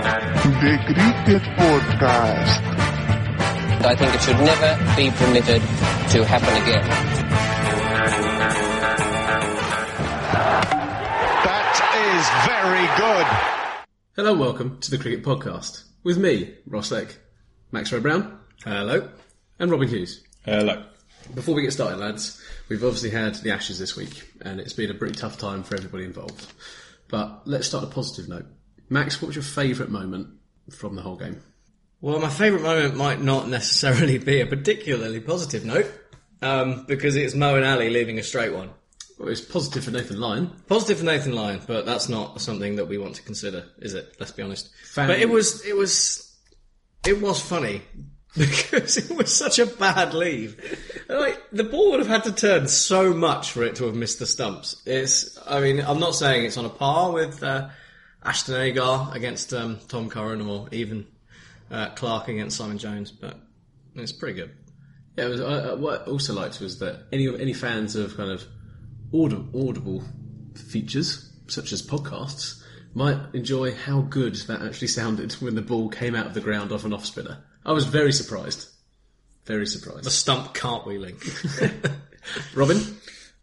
The Cricket Podcast. I think it should never be permitted to happen again. That is very good. Hello and welcome to the Cricket Podcast with me, Ross Eck, Max Rowe Brown. Hello. And Robin Hughes. Hello. Before we get started, lads, we've obviously had the Ashes this week and it's been a pretty tough time for everybody involved. But let's start on a positive note. Max, what was your favourite moment from the whole game? Well, my favourite moment might not necessarily be a particularly positive note, um, because it's Mo and Ali leaving a straight one. Well, it's positive for Nathan Lyon. Positive for Nathan Lyon, but that's not something that we want to consider, is it? Let's be honest. Fan- But it was, it was, it was funny because it was such a bad leave. And, Like the ball would have had to turn so much for it to have missed the stumps. It's, I mean, I'm not saying it's on a par with uh, Ashton Agar against um, Tom Curran or even uh, Clark against Simon Jones, but it's pretty good. Yeah, it was, uh, uh, what I also liked was that any any fans of kind of audible, audible features, such as podcasts, might enjoy how good that actually sounded when the ball came out of the ground off an off spinner. I was very surprised. Very The surprised. stump cartwheeling. Robin?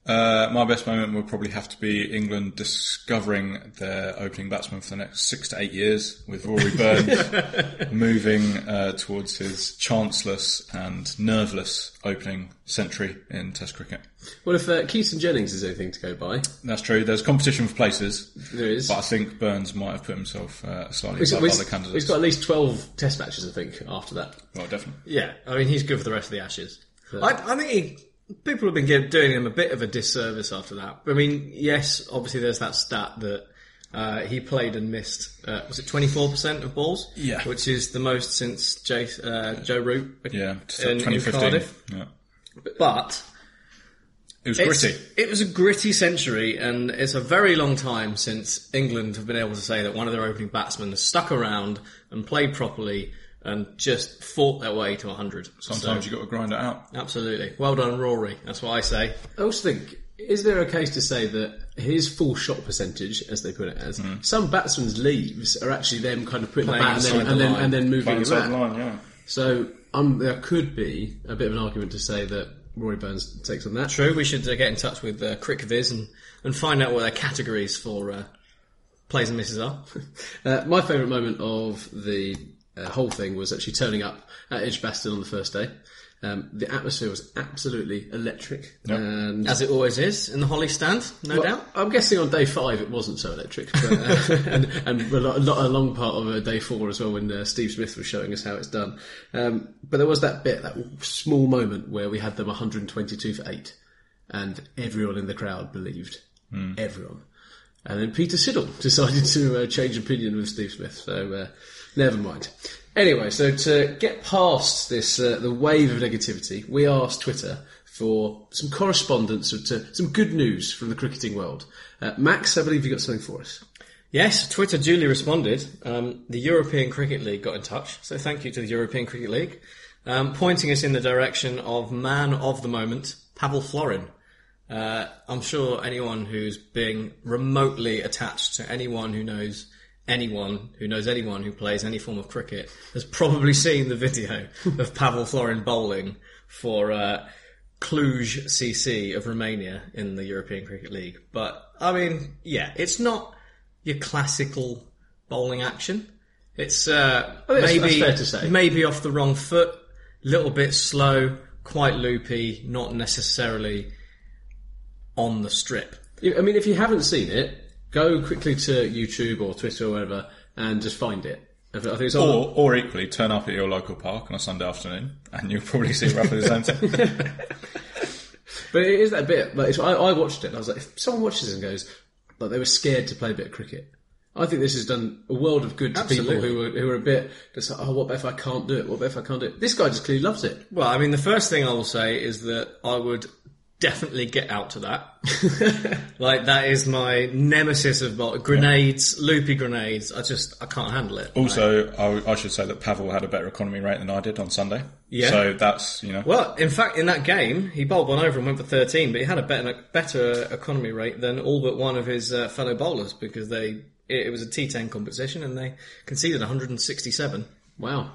Uh, my best moment would probably have to be England discovering their opening batsman for the next six to eight years, with Rory Burns moving uh, towards his chanceless and nerveless opening century in Test cricket. Well, if uh, Keaton Jennings is anything to go by, That's true. There's competition for places, there is. but I think Burns might have put himself uh, slightly He's- above he's- other he's candidates. got at least 12 test matches, I think, after that. well, definitely. Yeah, I mean, he's good for the rest of the Ashes. I, I think he, people have been give, doing him a bit of a disservice after that. I mean, yes, obviously there's that stat that uh, he played and missed. Uh, was it 24% of balls? Yeah. which is the most since Jay, uh, Joe Root. Yeah, just in, in 2015. Cardiff. Yeah. But It was it's- gritty. It was a gritty century, and it's a very long time since England have been able to say that one of their opening batsmen has stuck around and played properly and just fought their way to 100. Sometimes you've got to grind it out. Absolutely. Well done, Rory. That's what I say. I also think, is there a case to say that his full shot percentage, as they put it as, Hmm. some batsmen's leaves are actually them kind of putting the Playing bat and then, inside the and, then, line. and then moving Playing it inside back. the line, yeah. So um, there could be a bit of an argument to say that Rory Burns takes on that. True. We should uh, get in touch with uh, CricViz and, and find out what their categories for uh, plays and misses are. Uh, my favourite moment of the uh, whole thing was actually turning up at Edgbaston on the first day. Um, the atmosphere was absolutely electric, and As it always is in the Holly stand, no Well, doubt. I'm guessing on day five it wasn't so electric, but, uh, and, and a, lot, a lot- a long part of uh, day four as well when uh, Steve Smith was showing us how it's done. Um, but there was that bit, that small moment where we had them 122 for eight, and everyone in the crowd believed, everyone. And then Peter Siddle decided to uh, change opinion with Steve Smith, so uh, never mind. Anyway, so to get past this, uh, the wave of negativity, we asked Twitter for some correspondence or to some good news from the cricketing world. Uh, Max, I believe you got something for us. Yes, Twitter duly responded. Um, the European Cricket League got in touch, so thank you to the European Cricket League, um, pointing us in the direction of man of the moment, Pavel Florin. Uh, I'm sure anyone who's being remotely attached to anyone who knows anyone who knows anyone who plays any form of cricket has probably seen the video of Pavel Florin bowling for uh, Cluj CC of Romania in the European Cricket League. But I mean, yeah, it's not your classical bowling action. It's uh, think that's- maybe that's fair to say. maybe off the wrong foot, little bit slow, quite loopy, not necessarily on the strip. I mean, if you haven't seen it, go quickly to YouTube or Twitter or whatever and just find it. I think it's on. Or, or equally, turn up at your local park on a Sunday afternoon, and you'll probably see roughly the same thing. But it is that bit. Like, it's, I, I watched it and I was like, if someone watches this and goes, like, they were scared to play a bit of cricket. I think this has done a world of good to people Absolutely. who were who were a bit just like, oh, what if I can't do it? What if I can't do it? This guy just clearly loves it. Well, I mean, the first thing I will say is that I would definitely get out to that. like that is my nemesis of bo- grenades, loopy grenades. I just I can't handle it. Also, I, I should say that Pavel had a better economy rate than I did on Sunday. Yeah. So that's you know. Well, in fact, in that game, he bowled one over and went for 13, but he had a better, better economy rate than all but one of his uh, fellow bowlers because they it, it was a T10 competition, and they conceded 167. Wow.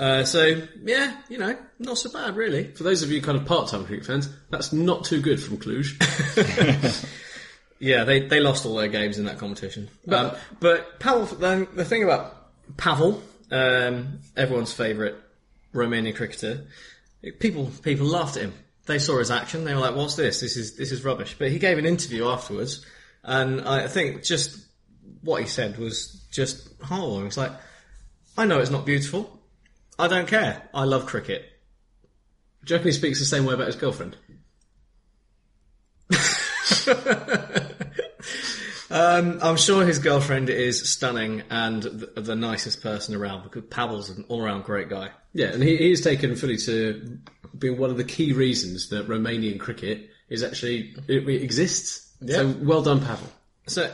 Uh, so yeah, you know, not so bad really. For those of you kind of part-time cricket fans, that's not too good from Cluj. Yeah, they, they lost all their games in that competition. But, um, but Pavel, the, the thing about Pavel, um, everyone's favourite Romanian cricketer, people people laughed at him. They saw his action. They were like, "What's this? This is this is rubbish." But he gave an interview afterwards, and I think just what he said was just heartwarming. It's like, I know it's not beautiful. I don't care. I love cricket. Do you reckon he speaks the same way about his girlfriend? Um, I'm sure his girlfriend is stunning and the, the nicest person around because Pavel's an all around great guy. Yeah, and he, he is taken fully to being one of the key reasons that Romanian cricket is actually it, it exists. So well done, Pavel. So,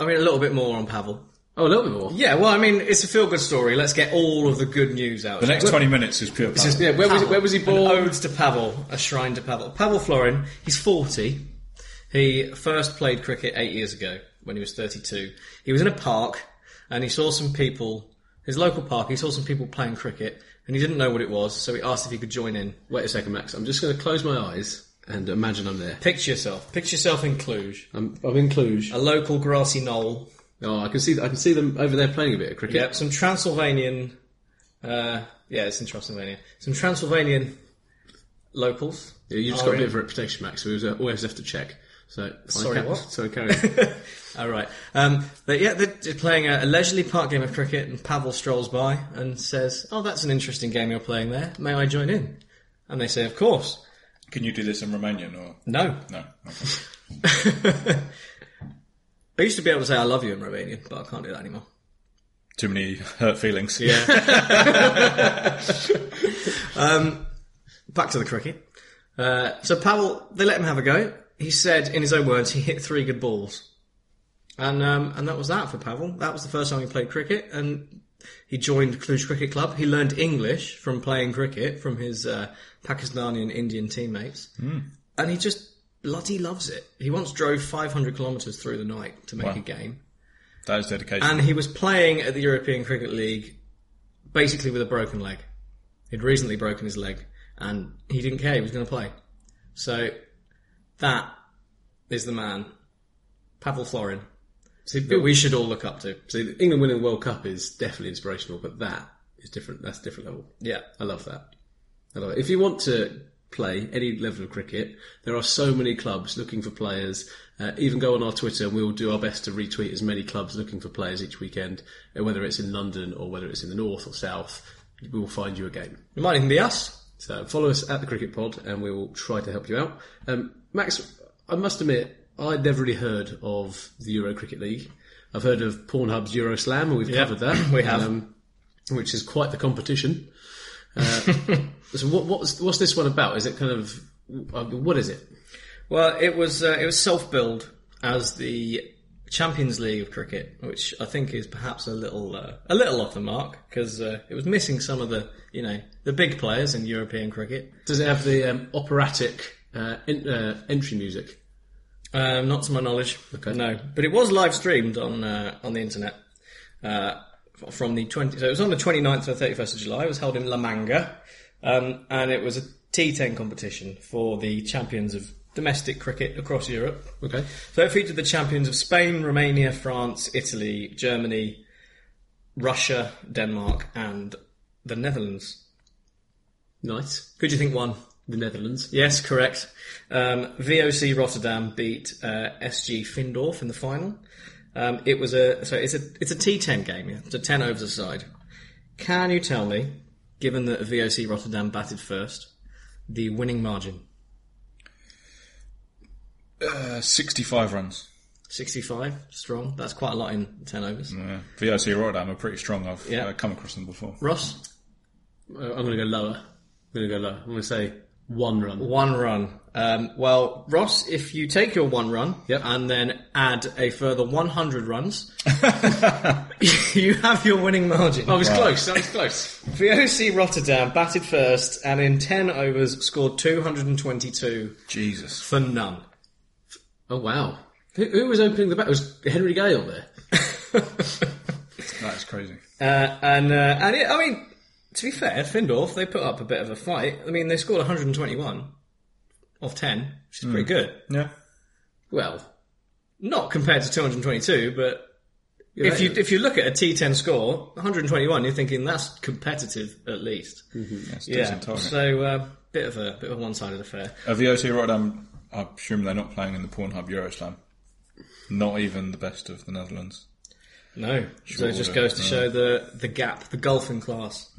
I mean, a little bit more on Pavel. Oh, a little bit more. Yeah, well, I mean, it's a feel good story. Let's get all of the good news out. The next 20 minutes is pure power. Yeah, where was, Pavel. where was he An born? odes to Pavel, a shrine to Pavel. Pavel Florin, he's 40. He first played cricket eight years ago when he was 32. He was in a park and he saw some people, his local park, he saw some people playing cricket and he didn't know what it was, so he asked if he could join in. Wait a second, Max. I'm just going to close my eyes and imagine I'm there. Picture yourself. Picture yourself in Cluj, I'm, I'm in Cluj. a local grassy knoll. Oh, I can see I can see them over there playing a bit of cricket. Yep, some Transylvanian. Uh, yeah, it's in Transylvania. Some Transylvanian locals. Yeah, You just Oh, got a really? bit of a reputation, Max. So we was, uh, always have to check. So Sorry, carry- what? So carry on. All right. Um, but yeah, they're just playing a, a leisurely park game of cricket, and Pavel strolls by and says, "Oh, that's an interesting game you're playing there. May I join in?" And they say, "Of course." Can you do this in Romanian or No. no? Okay. I used to be able to say "I love you" in Romanian, but I can't do that anymore. Too many hurt feelings. Back to the cricket. Uh, so Pavel, they let him have a go. He said, in his own words, he hit three good balls, and um, and that was that for Pavel. That was the first time he played cricket, and he joined Cluj Cricket Club. He learned English from playing cricket from his uh, Pakistani and Indian teammates, and he just bloody loves it. He once drove 500 kilometres through the night to make Wow. a game, That is dedication. and he was playing at the European Cricket League basically with a broken leg. He'd recently broken his leg and he didn't care, he was going to play. So that is the man, Pavel Florin, See, that we should all look up to. see, England winning the World Cup is definitely inspirational, but that is different. That's a different level. Yeah. I love that. I love it. If you want to play any level of cricket, there are so many clubs looking for players. Uh, even go on our Twitter and we will do our best to retweet as many clubs looking for players each weekend, uh, whether it's in London or whether it's in the north or south. We will find you a game. It might even be us. So follow us at the Cricket Pod, and we will try to help you out. Um, Max, I must admit, I'd never really heard of the Euro Cricket League. I've heard of Pornhub's Euro Slam, and we've covered that. we have. um, which is quite the competition. Uh, so what, what's what's this one about? Is it kind of uh, what is it? Well, it was uh, it was self billed as the Champions League of cricket, which I think is perhaps a little uh, a little off the mark because uh, it was missing some of the you know the big players in European cricket. Does it have the um, operatic uh, en- uh, entry music? Um, not to my knowledge. Okay. No, but it was live streamed on uh, on the internet uh, f- from the twenty. So it was on the 29th to the thirty first of July. It was held in La Manga, um, and it was a T ten competition for the champions of domestic cricket across Europe. Okay, So it featured the champions of Spain, Romania, France, Italy, Germany, Russia, Denmark, and the Netherlands. nice. Who do you think won? The Netherlands. Yes, correct. Um, VOC Rotterdam beat uh, SG Findorf in the final. Um, it was a so it's a it's a T10 game. Yeah? It's a 10 overs aside. Can you tell me, given that VOC Rotterdam batted first, the winning margin? Uh, 65 runs. 65 strong. That's quite a lot in 10 overs. Yeah. VOC Rotterdam are pretty strong. I've Yeah. uh, come across them before. Ross, Uh, I'm going to go lower. I'm going to go lower. I'm going to say one run. one run. Um, well, Ross, if you take your one run Yep. and then add a further 100 runs, you have your winning margin. I was close. I was close. VOC Rotterdam batted first and in 10 overs scored 222 Jesus. for none. Oh wow! Who, who was opening the bat? Was Henry Gale there? That is crazy. Uh, and uh, and yeah, I mean, to be fair, Findorf they put up a bit of a fight. I mean, they scored 121 off 10, which is pretty Hmm. good. Yeah. Well, not compared to 222, but if that- you if you look at a T10 score, 121, you're thinking that's competitive at least. Mm-hmm. That's Yeah. decent target. So uh, bit of a bit of a one-sided affair. Uh, VOC Rotterdam, I presume they're not playing in the Pornhub Euroslam. Not even the best of the Netherlands. No. so it just Sure, goes to no. show the the gap, the gulf in class.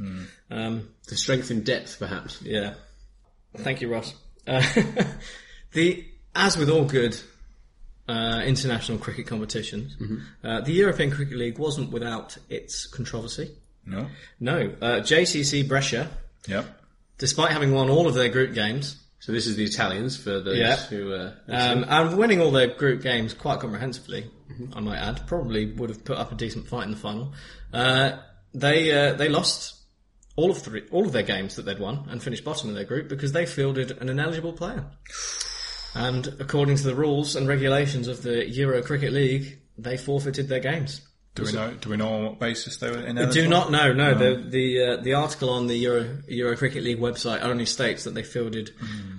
Um, The strength in depth, perhaps. Yeah. Thank you, Ross. Uh, the as with all good uh, international cricket competitions, uh, the European Cricket League wasn't without its controversy. No? No, uh, JCC Brescia, Yep. despite having won all of their group games So this is the Italians for those Yeah. who. Uh, um, and winning all their group games quite comprehensively, I might add, probably would have put up a decent fight in the final. Uh, they uh, they lost all of three, all of their games that they'd won and finished bottom in their group because they fielded an ineligible player. And according to the rules and regulations of the Euro Cricket League, they forfeited their games. Do we know do we know on what basis they were in I do not know. No, the the uh, the article on the Euro Euro Cricket League website only states that they fielded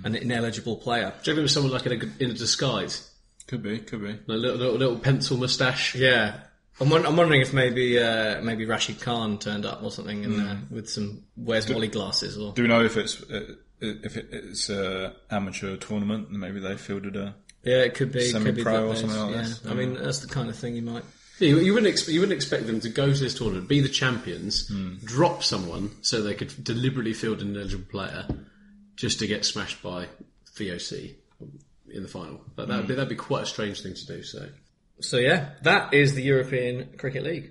an ineligible player. do you remember someone like in a, in a disguise? Could be, could be. A little, little, little pencil moustache. Yeah. I'm, won- I'm wondering if maybe uh, maybe Rashid Khan turned up or something in there with some Where's Molly glasses or Do we know if it's uh, if it- it's a amateur tournament and maybe they fielded a yeah it could be could be Semi-pro that or base, something like yeah. this. I mean that's the kind of thing you might You, you wouldn't ex- you wouldn't expect them to go to this tournament, be the champions, Hmm. drop someone so they could deliberately field an eligible player just to get smashed by VOC in the final. But that'd Hmm. be that'd be quite a strange thing to do. So so yeah that is the European Cricket League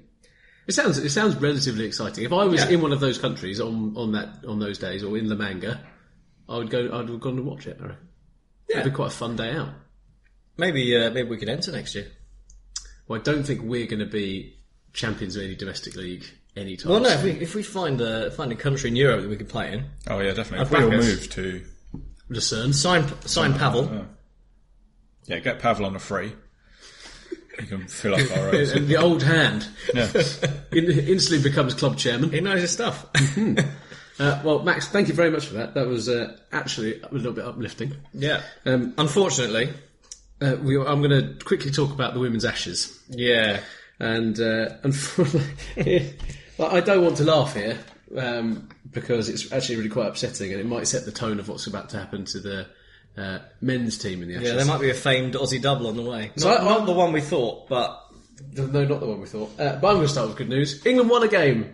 it sounds it sounds relatively exciting. If I was Yeah. in one of those countries on on that on those days or in La Manga, I would go. I'd have gone and watch it. I reckon. Yeah. It'd be quite a fun day out. maybe uh, maybe we could enter next year Well, I don't think we're going to be champions of any domestic league anytime. well no soon. if we, if we find a find a country in Europe that we could play in Oh yeah, definitely. If back we all us. move to Lucerne. sign sign Pavel yeah, get Pavel on a free. You can fill up our rows. And the old hand Yeah. in, instantly becomes club chairman. he knows his stuff Uh, well, Max, thank you very much for that. That was uh, actually a little bit uplifting. yeah Um, unfortunately Uh, we, I'm going to quickly talk about the women's ashes, yeah and uh, unfortunately, I I don't want to laugh here um, because it's actually really quite upsetting, and it might set the tone of what's about to happen to the uh, men's team in the ashes. yeah there might be a famed Aussie double on the way So not, I- not the one we thought but No, not the one we thought. Uh, but I'm going to start with good news. England won a game.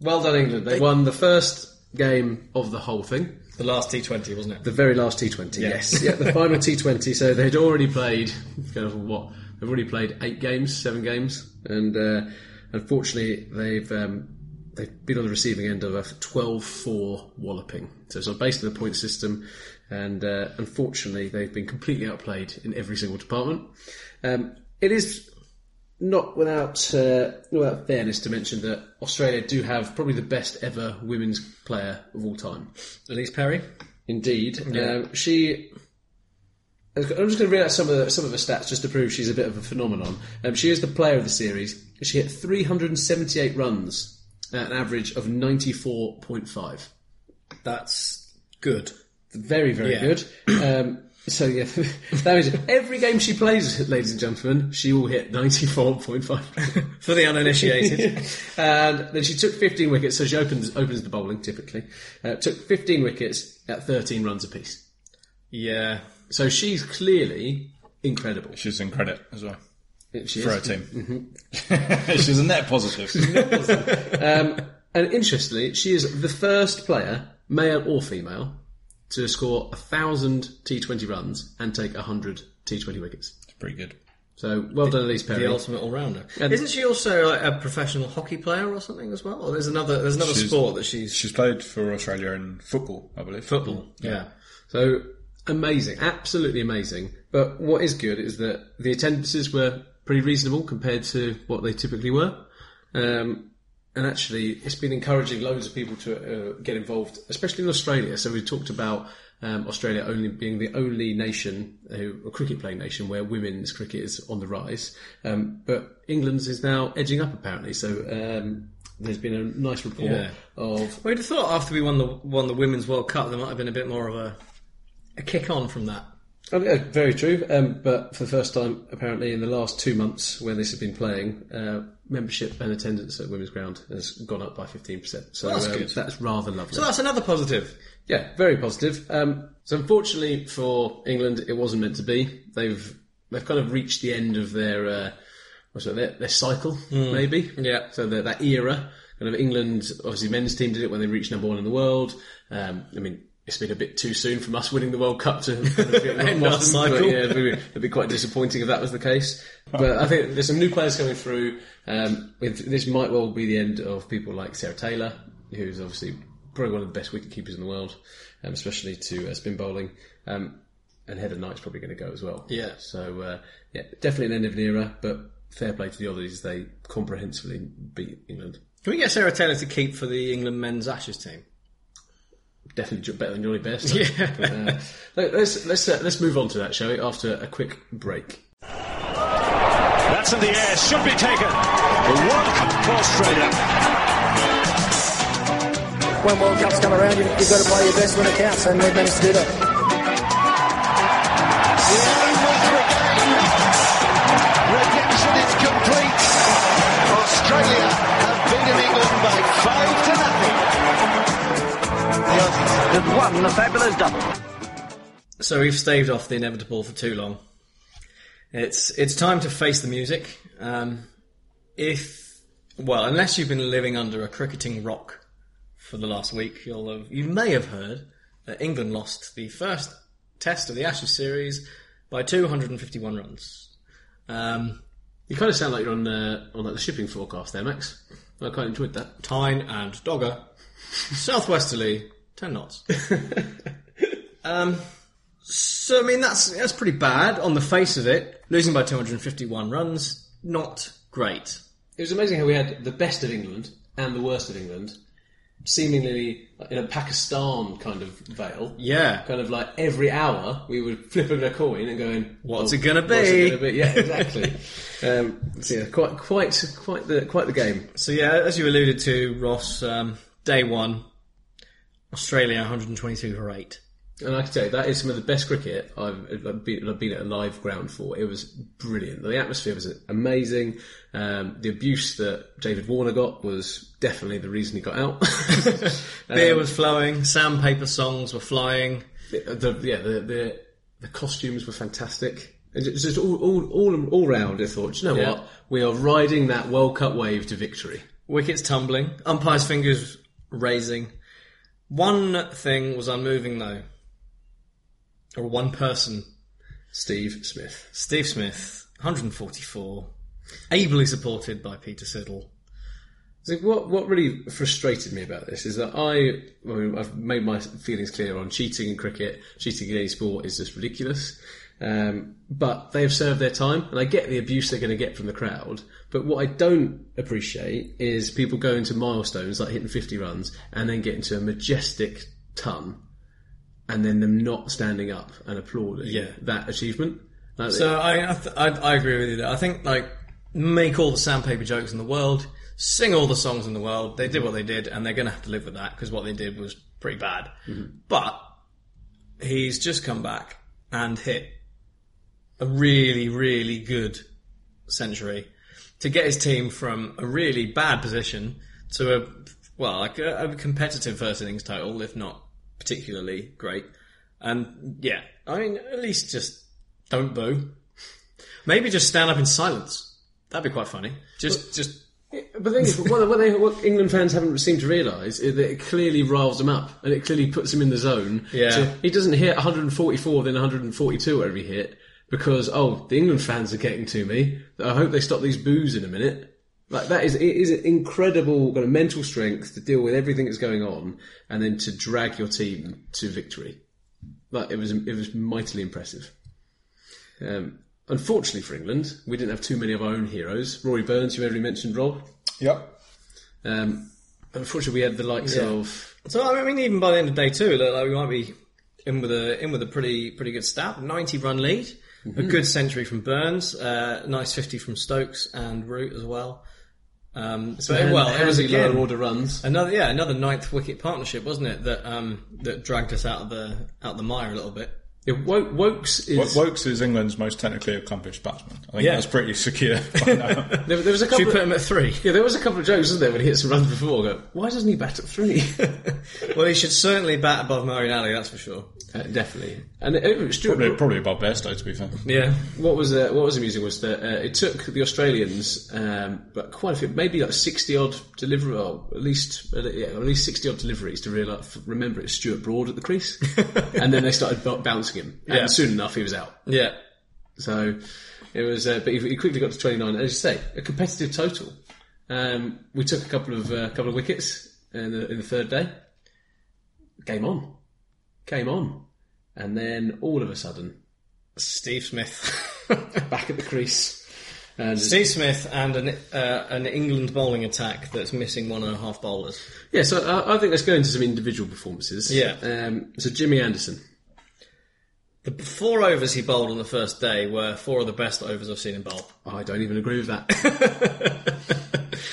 Well done, England. They won the first game of the whole thing. the last T20 wasn't it The very last T20, yes. yeah, the final T20. So they'd already played, kind of what? They've already played eight games, seven games. And uh, unfortunately, they've um, they've been on the receiving end of a 12 4 walloping. So it's on based on the point system. And uh, unfortunately, they've been completely outplayed in every single department. Um, it is not without uh, not without fairness to mention that Australia do have probably the best ever women's player of all time. Elise Perry Indeed, um, she. I'm just going to read out some of the, some of her stats just to prove she's a bit of a phenomenon. Um, she is the player of the series. She hit 378 runs at an average of 94.5. that's good Very very Yeah. good. Um, so yeah, that means every game she plays, ladies and gentlemen, she will hit 94.5. For the uninitiated, and then she took 15 wickets, so she opens opens the bowling typically. Uh, took 15 wickets at 13 runs apiece. yeah, So she's clearly incredible. She's in credit as well She for her is. team. Mm-hmm. She's a net positive. And interestingly, she is the first player, male or female, to score a thousand T20 runs and take hundred T20 wickets. it's pretty good. So well done, Elise Perry. the ultimate all-rounder. Isn't she also like, a professional hockey player or something as well? Or there's another there's another She's- sport that she's She's played for Australia in football, I believe. Football. yeah. So amazing, absolutely amazing. But what is good is that the attendances were pretty reasonable compared to what they typically were. Um, and actually, it's been encouraging loads of people to uh, get involved, especially in Australia. So we talked about Um, Australia only being the only nation, who, or cricket playing nation, where women's cricket is on the rise. Um, but England's is now edging up apparently. So um, there's been a nice report Yeah. of We'd have thought after we won the won the Women's World Cup, there might have been a bit more of a a kick on from that. Oh, yeah, very true. Um, but for the first time, apparently, in the last two months where this has been playing, uh, membership and attendance at Women's Ground has gone up by 15%. So that's um, good. that's rather lovely. So that's another positive. yeah, very positive. Um, so unfortunately for England, it wasn't meant to be. They've they've kind of reached the end of their uh, what's it, their, their cycle, maybe. Hmm. Yeah. So that that era, kind of England, obviously men's team did it when they reached number one in the world. Um, I mean, it's been a bit too soon from us winning the World Cup to kind of End not our often, cycle. but yeah, it'd be, it'd be quite disappointing if that was the case. But I think there's some new players coming through. Um, with, this might well be the end of people like Sarah Taylor, who's obviously probably one of the best wicketkeepers in the world, um, especially to uh, spin bowling. Um, and Heather Knight's probably going to go as well. Yeah. So uh, yeah, definitely an end of an era. But fair play to the Aussies, they comprehensively beat England. Can we get Sarah Taylor to keep for the England men's Ashes team? Definitely better than Johnny Best. Yeah. But, uh, let- let's let's uh, let's move on to that, shall we? After a quick break. That's in the air, should be taken. The World Cup for Australia. when World Cups come around, you- you've got to play your best when it counts, and we've managed to do that. Redemption is complete. Australia have beaten England by five to nothing. So we've staved off the inevitable for too long. It's it's time to face the music. Um, if well, unless you've been living under a cricketing rock for the last week, you'll have, you may have heard that England lost the first Test of the Ashes series by 251 runs. Um, You kind of sound like you're on uh, on like the shipping forecast there, Max. I quite enjoyed that. Tyne and Dogger, southwesterly ten knots. um, so I mean that's that's pretty bad on the face of it. Losing by 251 runs, not great. It was amazing how we had the best of England and the worst of England, seemingly in a Pakistan kind of veil. Yeah, Kind of like every hour we were flipping a coin and going, What's "Oh, it gonna what's it be?" gonna be? Yeah, exactly. um, so yeah, quite quite quite the quite the game. So yeah, as you alluded to, Ross, um, day one, Australia 122 for eight. And I can tell you, that is some of the best cricket I've, I've, been, I've been at a live ground for. It was brilliant. The atmosphere was amazing. Um, the abuse that David Warner got was definitely the reason he got out. Beer Um, was flowing, sandpaper songs were flying. the, the- yeah, the, the the costumes were fantastic. It's just- just all all all, all round. I thought, "Do you know Yeah. what? We are riding that World Cup wave to victory. Wickets tumbling, umpire's fingers raising. One thing was unmoving though, or one person, Steve Smith. Steve Smith, 144, ably supported by Peter Siddle. So what what really frustrated me about this is that I, I mean, I've made my feelings clear on cheating in cricket. Cheating in any sport is just ridiculous. Um, but they have served their time, and I get the abuse they're going to get from the crowd. But what I don't appreciate is people going to milestones like hitting 50 runs and then getting to a majestic ton and then them not standing up and applauding Yeah. that achievement. Like, So I, I, th- I, I agree with you there. I think like make all the sandpaper jokes in the world, sing all the songs in the world. They did what they did, and they're going to have to live with that because what they did was pretty bad. But he's just come back and hit a really, really good century to get his team from a really bad position to a well, like a, a competitive first innings total, if not particularly great. And yeah, I mean, at least just don't boo. Maybe just stand up in silence. That'd be quite funny. Just, just But the thing is, what, what, they, what England fans haven't seemed to realise is that it clearly riles them up and it clearly puts him in the zone. Yeah. So he doesn't hit 144, then 142 whatever he hit because, oh, the England fans are getting to me. I hope they stop these boos in a minute. Like that is it is an incredible kind of mental strength to deal with everything that's going on and then to drag your team to victory. Like it was it was mightily impressive. Um, unfortunately for England, we didn't have too many of our own heroes. Rory Burns, you already mentioned, Rob. Yep. Um, unfortunately, we had the likes of So I mean, even by the end of day two, it looked like we might be in with a in with a pretty pretty good stab. Ninety run lead, a good century from Burns, uh, nice fifty from Stokes and Root as well. Um, so And well, it was handy lower again order runs. another yeah another ninth wicket partnership, wasn't it? That um, that dragged us out of the out of the mire a little bit. Yeah, Wo- Wokes Wo- is. Wokes is England's most technically accomplished batsman. I think Yeah. that's pretty secure by now. There, there was a Should couple. we Of, put him at three? yeah, there was a couple of jokes, wasn't there, when he hit some runs before? Go, why doesn't he bat at three? well, he should certainly bat above Murray and Alley, that's for sure. Uh, definitely. And it, it, Stuart, probably, probably about Bairstow, to be fair. Yeah, what was uh, what was amusing was that uh, it took the Australians, um, but quite a few, maybe like sixty odd delivery, or at least uh, yeah, at least sixty odd deliveries to realize, remember it's Stuart Broad at the crease, and then they started b- bouncing him, and Yeah. soon enough he was out. yeah. So it was, uh, but he, he quickly got to twenty nine. As you say, a competitive total. Um, we took a couple of uh, couple of wickets in the, in the third day. Game on, game on, and then all of a sudden Steve Smith. back at the crease. And Steve Smith and an uh, an England bowling attack that's missing one and a half bowlers. yeah, so I, I think let's go into some individual performances. Yeah. Um, so Jimmy Anderson. The four overs he bowled on the first day were four of the best overs I've seen him bowl. I don't even agree with that.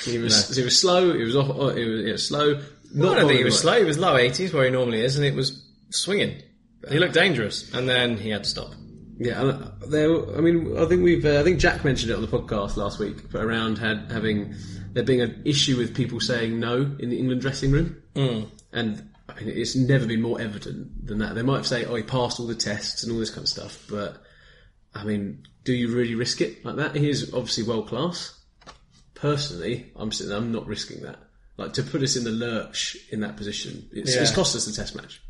he was he was slow. He was off. oh, He was yeah, slow. I don't think he was bowling slow. He was low 80s where he normally is, and it was swinging. He looked dangerous, and then he had to stop. Yeah, and uh, there. I mean, I think we've. Uh, I think Jack mentioned it on the podcast last week, but around had having there being an issue with people saying no in the England dressing room, mm. and I mean, it's never been more evident than that. They might say, "Oh, he passed all the tests and all this kind of stuff," but I mean, do you really risk it like that? He is obviously world class. Personally, I'm sitting. there, I'm not risking that. Like to put us in the lurch in that position, it's, it's Yeah. cost us the test match.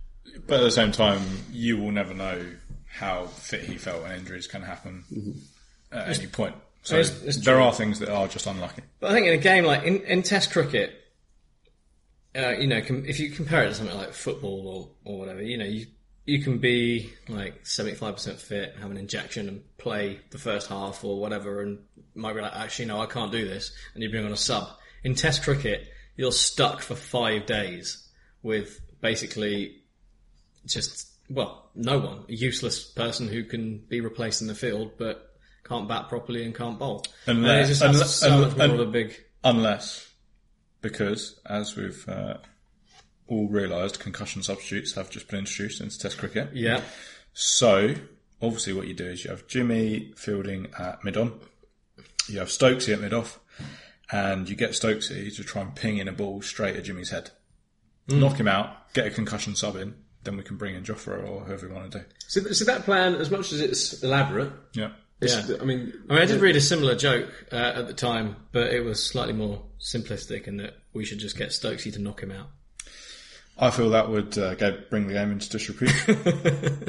But at the same time, you will never know how fit he felt, and injuries can happen at any point. So it's- it's there are things that are just unlucky. But I think in a game like in, in Test cricket, uh, you know, com- if you compare it to something like football or, or whatever, you know, you you can be like seventy five percent fit, have an injection, and play the first half or whatever, and might be like, actually, no, I can't do this, and you bring on a sub. In Test cricket, you're stuck for five days with basically just well, no one, a useless person who can be replaced in the field, but. Can't bat properly and can't bowl. And it Unless- just has unless- so much more un- of a big Unless, because as we've uh, all realised, concussion substitutes have just been introduced into Test cricket. Yeah. So, obviously, what you do is you have Jimmy fielding at mid on, you have Stokesy at mid off, and you get Stokesy to try and ping in a ball straight at Jimmy's head. Knock him out, get a concussion sub in, then we can bring in Joffre or whoever we want to do. So, th- so that plan, as much as it's elaborate, Yeah. it's, Yeah. I mean, I mean, I did read a similar joke uh, at the time, but it was slightly more simplistic in that we should just get Stokesy to knock him out. I feel that would uh, go bring the game into disrepute.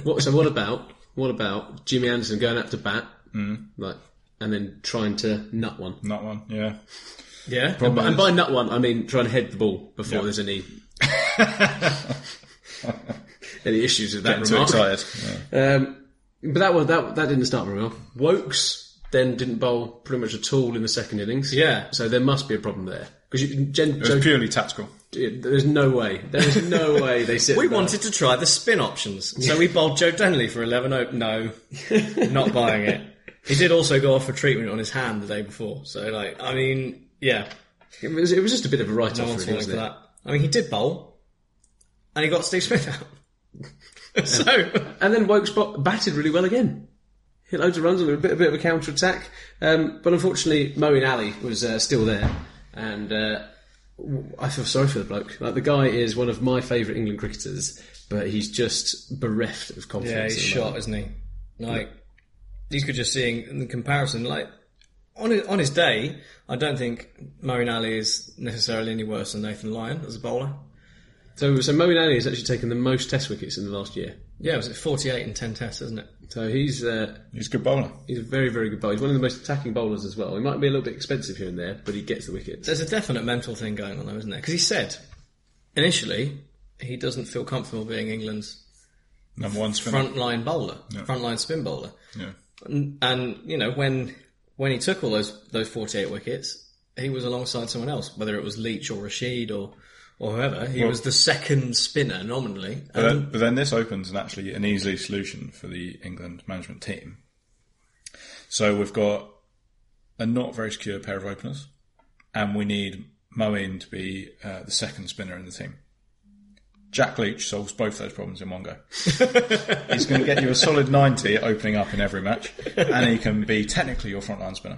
What, Oh, so what about what about Jimmy Anderson going out to bat, Mm. like, and then trying to nut one? Not one, yeah. Yeah. Problem And is- by nut one, I mean trying to head the ball before Yeah. there's any any issues with that Getting too remark. excited. Yeah. Um, but that one that that didn't start very well. Wokes then didn't bowl pretty much at all in the second innings. Yeah. so there must be a problem there because Jen, It was so, purely tactical. there's no way there is no way they sit. We there. wanted to try the spin options, so we bowled Joe Denley for 11 0. No, not buying it. He did also go off for treatment on his hand the day before, so, like, I mean, yeah, It was, it was just a bit of a write-off, no one's really, falling for wasn't it? that. I mean, he did bowl, and he got Steve Smith out. so, And then Wokes bo- batted really well again. Hit loads of runs and a bit, a bit of a counter attack. Um, but unfortunately, Moeen Ali was uh, still there. And uh, w- I feel sorry for the bloke. Like, the guy is one of my favourite England cricketers, but he's just bereft of confidence. Yeah, he's at the shot, moment. isn't he? Like you could just seeing in the comparison, like on his, on his day, I don't think Marin Ali is necessarily any worse than Nathan Lyon as a bowler. So, so Moeen Ali has actually taken the most test wickets in the last year. Yeah, it was at 48 and 10 tests, isn't it? So he's uh, He's a good bowler. he's a very, very good bowler. He's one of the most attacking bowlers as well. He might be a little bit expensive here and there, but he gets the wickets. There's a definite mental thing going on though, isn't there? Because he said initially he doesn't feel comfortable being England's Number one spinner. frontline bowler, frontline spin bowler. Yeah. And, and you know when when he took all those those 48 wickets, he was alongside someone else, whether it was Leach or Rashid or or whoever, he Well- was the second spinner nominally. But, And then, but then this opens an actually an easy solution for the England management team. So we've got a not very secure pair of openers, and we need Moeen to be uh, the second spinner in the team. Jack Leach solves both those problems in one go. He's going to get you a solid 90 opening up in every match, and he can be technically your frontline spinner.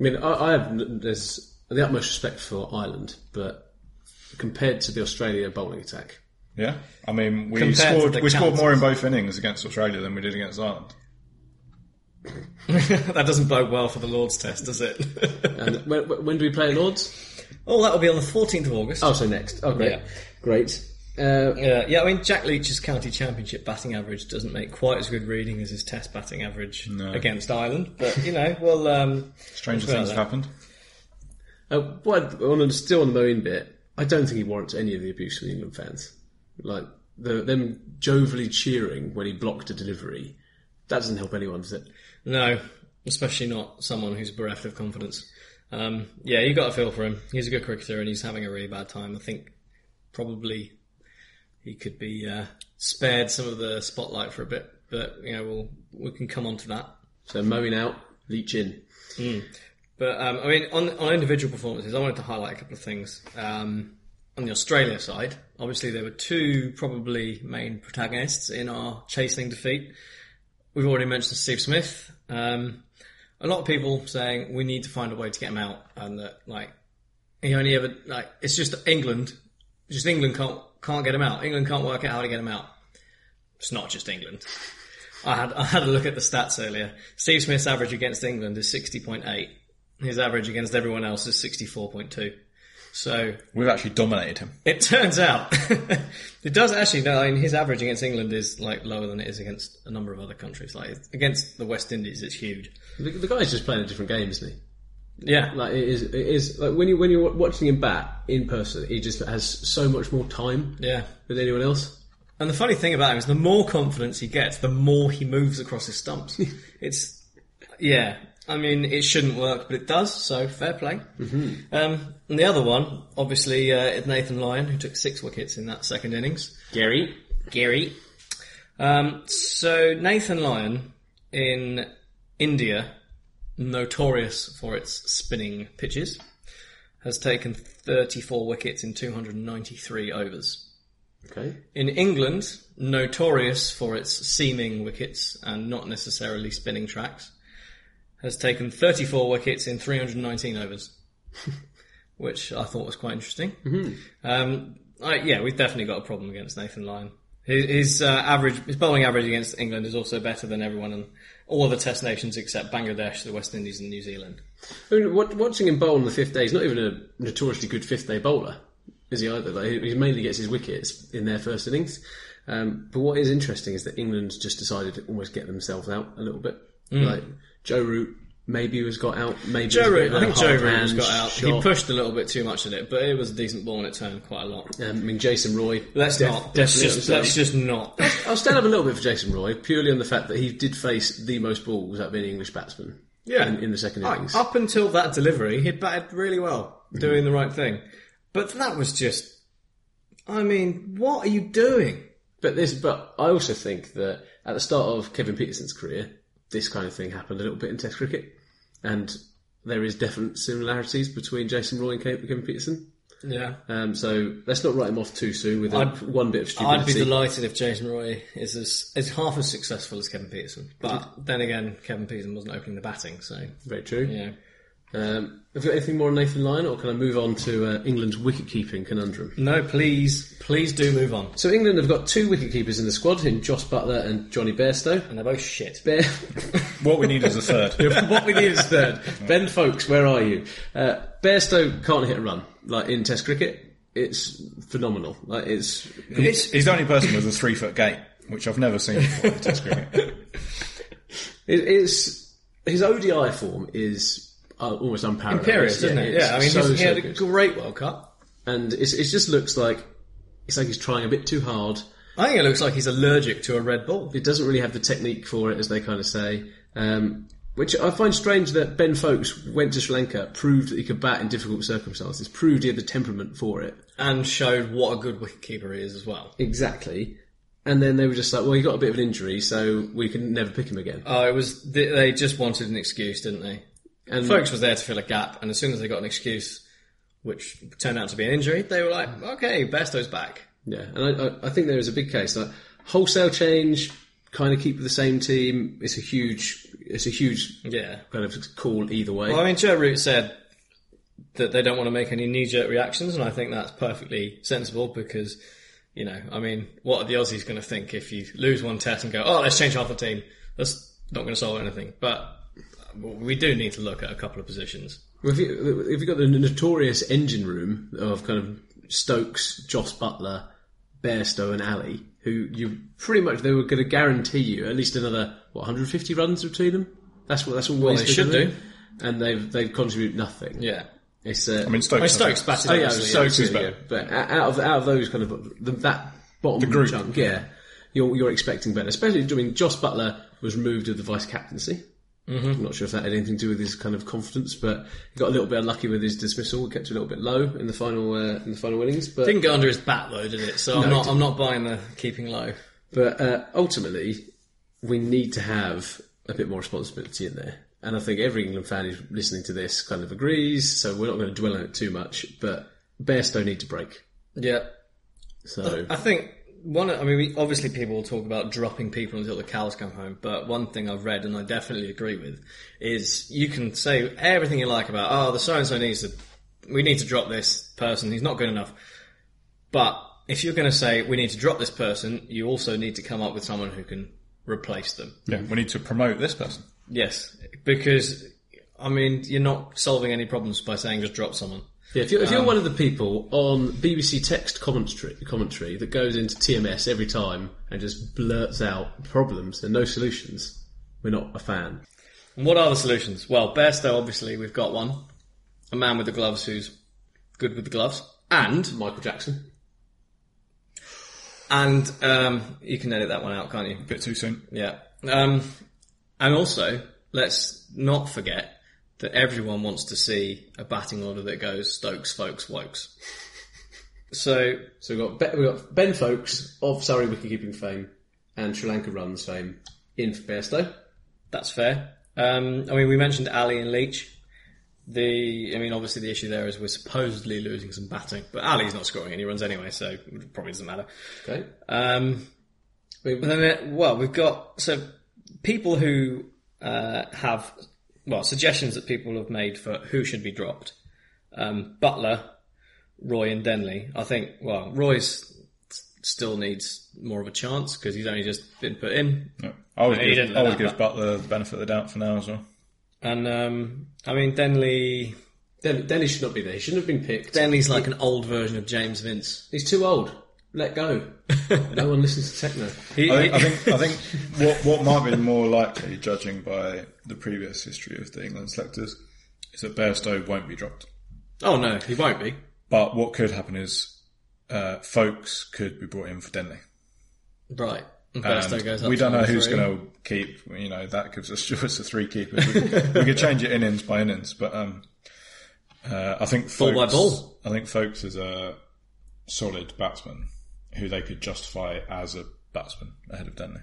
I mean, I, I have n- there's the utmost respect for Ireland, but compared to the Australia bowling attack, Yeah, I mean, we Compared to scored the we scored more in both innings against Australia than we did against Ireland. that doesn't bode well for the Lord's test, does it? and when, when do we play at Lords? All that will be on the 14th of August. Oh, so next. Oh, great, Yeah. great. Uh, Yeah, yeah, I mean, Jack Leach's county championship batting average doesn't make quite as good reading as his test batting average against Ireland, but you know, well, um, Stranger Well, things have that- happened. uh, what on a- still on the Moeen bit, I don't think he warrants any of the abuse from the England fans. Like the, them jovially cheering when he blocked a delivery, that doesn't help anyone, does it? no, especially not someone who's bereft of confidence. Um, yeah, you got a feel for him. He's a good cricketer and he's having a really bad time. I think probably he could be uh, spared some of the spotlight for a bit, but you know, we'll, we can come on to that. So Moeen out, Leach in. But um, I mean, on on individual performances, I wanted to highlight a couple of things. Um, on the Australia side, obviously there were two probably main protagonists in our chasing defeat. We've already mentioned Steve Smith. Um, a lot of people saying we need to find a way to get him out, and that like he only ever like it's just England, just England can't can't get him out. England can't work out how to get him out. It's not just England. I had I had a look at the stats earlier. Steve Smith's average against England is sixty point eight. His average against everyone else is sixty four point two. So We've actually dominated him. it turns out it does actually. No, I mean his average against England is like lower than it is against a number of other countries. Like it's- against the West Indies, it's huge. The, the guy's just playing a different game, isn't he? Yeah, Like it is, it is like when you when you're wa- watching him bat in person, he just has so much more time yeah. than anyone else. And the funny thing about him is, the more confidence he gets, the more he moves across his stumps. it's yeah. I mean, it shouldn't work, but it does. So fair play. Mm-hmm. Um, and the other one, obviously, uh, Nathan Lyon, who took six wickets in that second innings. Gary, Gary. Um, so Nathan Lyon in India, notorious for its spinning pitches, has taken 34 wickets in 293 overs. okay, In England, notorious for its seaming wickets and not necessarily spinning tracks, has taken 34 wickets in 319 overs, which I thought was quite interesting. Um, I, yeah, we've definitely got a problem against Nathan Lyon. His, his uh, average, his bowling average against England is also better than everyone in all the Test nations except Bangladesh, the West Indies, and New Zealand. I mean, wat- watching him bowl on the fifth day, he's not even a notoriously good fifth day bowler, is he either? Like, he he mainly gets his wickets in their first innings. Um, but what is interesting is that England just decided to almost get themselves out a little bit. Like Joe Root maybe was got out, maybe Hmm. was Joe a bit Root, of I a think Joe hard Root has hand got out. He shot. pushed a little bit too much at it, but it was a decent ball and it turned quite a lot. Um, I mean, Jason Roy. Let's def- not. Let's definitely just, let let's just not. I'll stand up a little bit for Jason Roy, purely on the fact that he did face the most balls out of any English batsman. Yeah. In, in the second innings. Up until that delivery, he batted really well, doing the right thing. But that was just. I mean, what are you doing? But this, but I also think that at the start of Kevin Peterson's career, this kind of thing happened a little bit in Test cricket, and there is definite similarities between Jason Roy and Ke- Kevin Peterson. Yeah. Um, so let's not write him off too soon with a- I'd- one bit of I'd be stupidity. delighted if Jason Roy is as, is half as successful as Kevin Peterson. But then again, Kevin Peterson wasn't opening the batting, so Very true. yeah. Um, have you got anything more on Nathan Lyon, or can I move on to uh, England's wicket-keeping conundrum? No, please, please do move on. So England have got two wicketkeepers in the squad, in Josh Butler and Johnny Bairstow. And they're both shit. Bear, What we need is a third. what we need is third. Ben Folks, where are you? Uh, Bairstow can't hit a run like in Test cricket. It's phenomenal. Like it's It's He's the only person with a three foot gate, which I've never seen before in Test cricket. it, it's his ODI form is uh, almost unparalleled. imperious, It's- isn't it? it's Yeah, I mean, so, he's- he so had a good. great World Cup. and it's, it just looks like it's like he's trying a bit too hard. I think it looks like he's allergic to a red ball. It doesn't really have the technique for it, as they kind of say. Um, Which I find strange that Ben Folks went to Sri Lanka, proved that he could bat in difficult circumstances, proved he had the temperament for it. and showed what a good wicketkeeper he is as well. Exactly. And then they were just like, well, he got a bit of an injury, so we can never pick him again. Oh, it was they, they just wanted an excuse, didn't they? And Folks was there to fill a gap, and as soon as they got an excuse, which turned out to be an injury, they were like, "Okay, Besto's back." Yeah, and I- I, I think there is a big case that wholesale change, kind of keep the same team. It's a huge, it's a huge Yeah. kind of call either way. Well, I mean, Joe Root said that they don't want to make any knee-jerk reactions, and I think that's perfectly sensible because, you know, I mean, what are the Aussies going to think if you lose one test and go, "Oh, let's change half the team"? That's not going to solve anything. But we do need to look at a couple of positions. If you if you got the notorious engine room of kind of Stokes, Joss Butler, Bairstow, and Ali, who you pretty much they were going to guarantee you at least another what 150 runs between them. That's what that's always they should do. and they've they've contributed nothing. Yeah. it's uh, I mean, Stokes. Oh, I think- Stokes batted. Oh yeah, obviously, Stokes is absolutely, better. yeah. But o- out of out of those kind of the, that bottom group. chunk, yeah, you're you're expecting better. Especially, I mean, Joss Butler was removed of the vice captaincy. Mm-hmm. I'm not sure if that had anything to do with his kind of confidence, but he got a little bit unlucky with his dismissal. Kept a little bit low in the final uh, in the final innings, but Didn't go under his bat though, did it? So I'm No, it not. I'm not buying the keeping low. But uh, ultimately, we need to have a bit more responsibility in there. And I think every England fan who's listening to this kind of agrees, so we're not going to dwell on it too much. But Bairstow need to break. Yeah, So I think one. I mean, we, obviously people will talk about dropping people until the cows come home. But one thing I've read and I definitely agree with is you can say everything you like about oh the so and so needs to we need to drop this person. He's not good enough. But if you're going to say we need to drop this person, you also need to come up with someone who can replace them. Yeah, we need to promote this person. Yes, because I mean you're not solving any problems by saying just drop someone. Yeah, if you're, if you're one of the people on BBC text commentary, commentary that goes into TMS every time and just blurts out problems and no solutions, we're not a fan. And what are the solutions? Well, Bairstow, obviously, we've got one. A man with the gloves who's good with the gloves. And, Michael Jackson. and, um, you can edit that one out, can't you? A bit too soon. Yeah. Um, and also, let's not forget that everyone wants to see a batting order that goes Stokes, Folks, Wokes. So, So we've got, Be- we've got Ben Folks of Surrey wicketkeeping fame and Sri Lanka runs fame in for Bairstow. that's fair. Um, I mean, we mentioned Ali and Leach. The, I mean, obviously the issue there is we're supposedly losing some batting, but Ali's not scoring any runs anyway, so it probably doesn't matter. Okay. Um, We- and then, uh, well, we've got so people who uh, have well suggestions that people have made for who should be dropped. Um, Butler, Roy, and Denley. I think well, Roy's still needs more of a chance because he's only just been put in. No. I would No, you give, didn't I let would that give Butler the benefit of the doubt for now as well. And um, I mean, Denley. Den- Denny should not be there. He shouldn't have been picked. Denley's like an old version of James Vince. He's too old. Let go. no one listens to techno. He, I think, I he- think, I think what, what might be more likely, judging by the previous history of the England selectors, is that Bairstow won't be dropped. oh no, he won't be. But what could happen is uh, Folks could be brought in for Denley. Right. And And Bairstow goes up we to don't know number who's three. going to keep. You know that gives us choice of three keepers. We, could- we could change it innings by innings, but um, uh, I think Ball folks, by ball. I think Folks is a solid batsman who they could justify as a batsman ahead of Denley.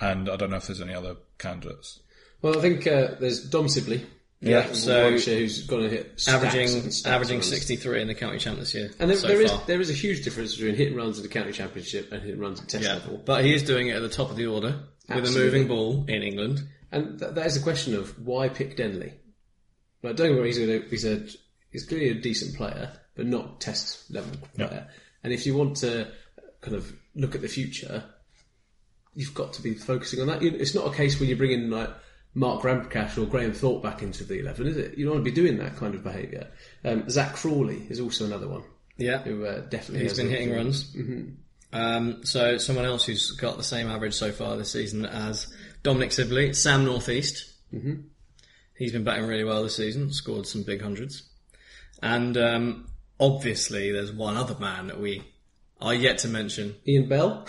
And I don't know if there's any other candidates. Well, I think uh, there's Dom Sibley. Yeah, so- Yorkshire, who's going to hit stacks averaging and stacks averaging of runs. 63 in the county champ this year. And there, so there is far. there is a huge difference between hit and runs in the county championship and hit and runs at test yeah, level. but he is doing it at the top of the order with a Absolutely. moving ball in England. And th- that is the question of why pick Denley. Like, don't get me wrong, he's, a, he's a he's clearly a decent player, but not test level player. And if you want to kind of look at the future, you've got to be focusing on that. You, it's not a case where you bring in like Mark Ramprakash or Graham Thorpe back into the eleven, is it? You don't want to be doing that kind of behaviour. Um, Zach Crawley is also another one Yeah, who uh, definitely he's has Mm-hmm. been the- hitting runs. Um, so someone else who's got the same average so far this season as Dominic Sibley, Sam Northeast. Mm-hmm. He's been batting really well this season, scored some big hundreds, and um, obviously there's one other man that we are yet to mention. Ian Bell.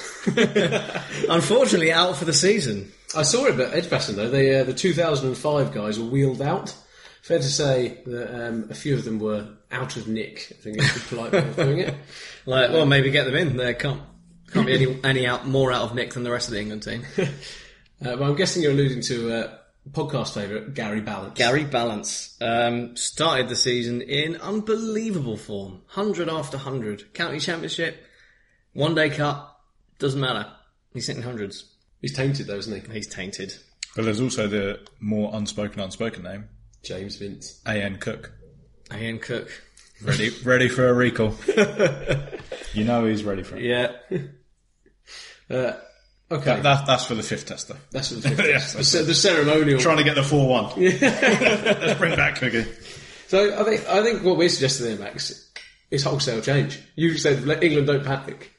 Unfortunately, out for the season. I saw it at Edgbaston though. They, uh, the 2005 guys were wheeled out. Fair to say that um, a few of them were out of nick. I think is the polite way of doing it. Like, well, maybe get them in. There can't can't be any any out more out of nick than the rest of the England team. Uh, but I'm guessing you're alluding to uh, podcast favourite Gary Balance. Gary Balance um, started the season in unbelievable form. 100 after 100. County Championship, One Day Cup, doesn't matter. He's hitting hundreds. He's tainted though, isn't he? He's tainted. But there's also the more unspoken, unspoken name, James Vince. Uh, A.N. Cook. Ian Cook. Ready, ready for a recall. you know he's ready for it. Yeah. Okay, That, that- that's for the fifth tester. that's what the, difference. Yes, the, ce- the ceremonial. Trying to get the 4 1. Let's bring back Cookie. So I think I think what we're suggesting there, Max, is wholesale change. You said let England don't panic,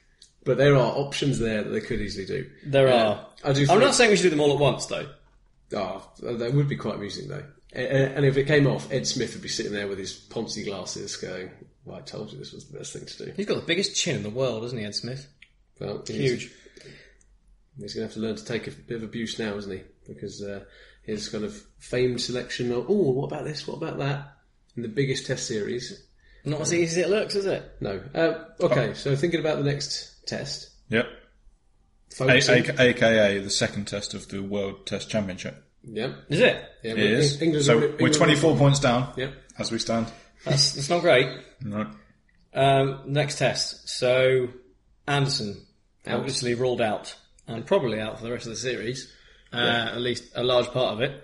but there are options there that they could easily do. There Yeah. are. I do. I'm think- not saying we should do them all at once, though. Oh, that would be quite amusing though. A- a- And if it came off, Ed Smith would be sitting there with his Ponzi glasses, going, "Well, I told you this was the best thing to do." He's got the biggest chin in the world, isn't he, Ed Smith? Well, he's, Huge. He's going to have to learn to take a bit of abuse now, isn't he? Because uh, his kind of famed selection of, "Oh, what about this? What about that?" in the biggest Test series. Not as easy as it looks, is it? No. Uh, okay, so thinking about the next Test. Yep. A- Focusing. A- AKA the second test of the World Test Championship. Yep. Is it? Yeah, It is. England's so already- we're England's 24 points down Yep. as we stand. That's, that's not great. No. Um, next test. So, Anderson, obviously ruled out, and probably out for the rest of the series, uh, at least a large part of it.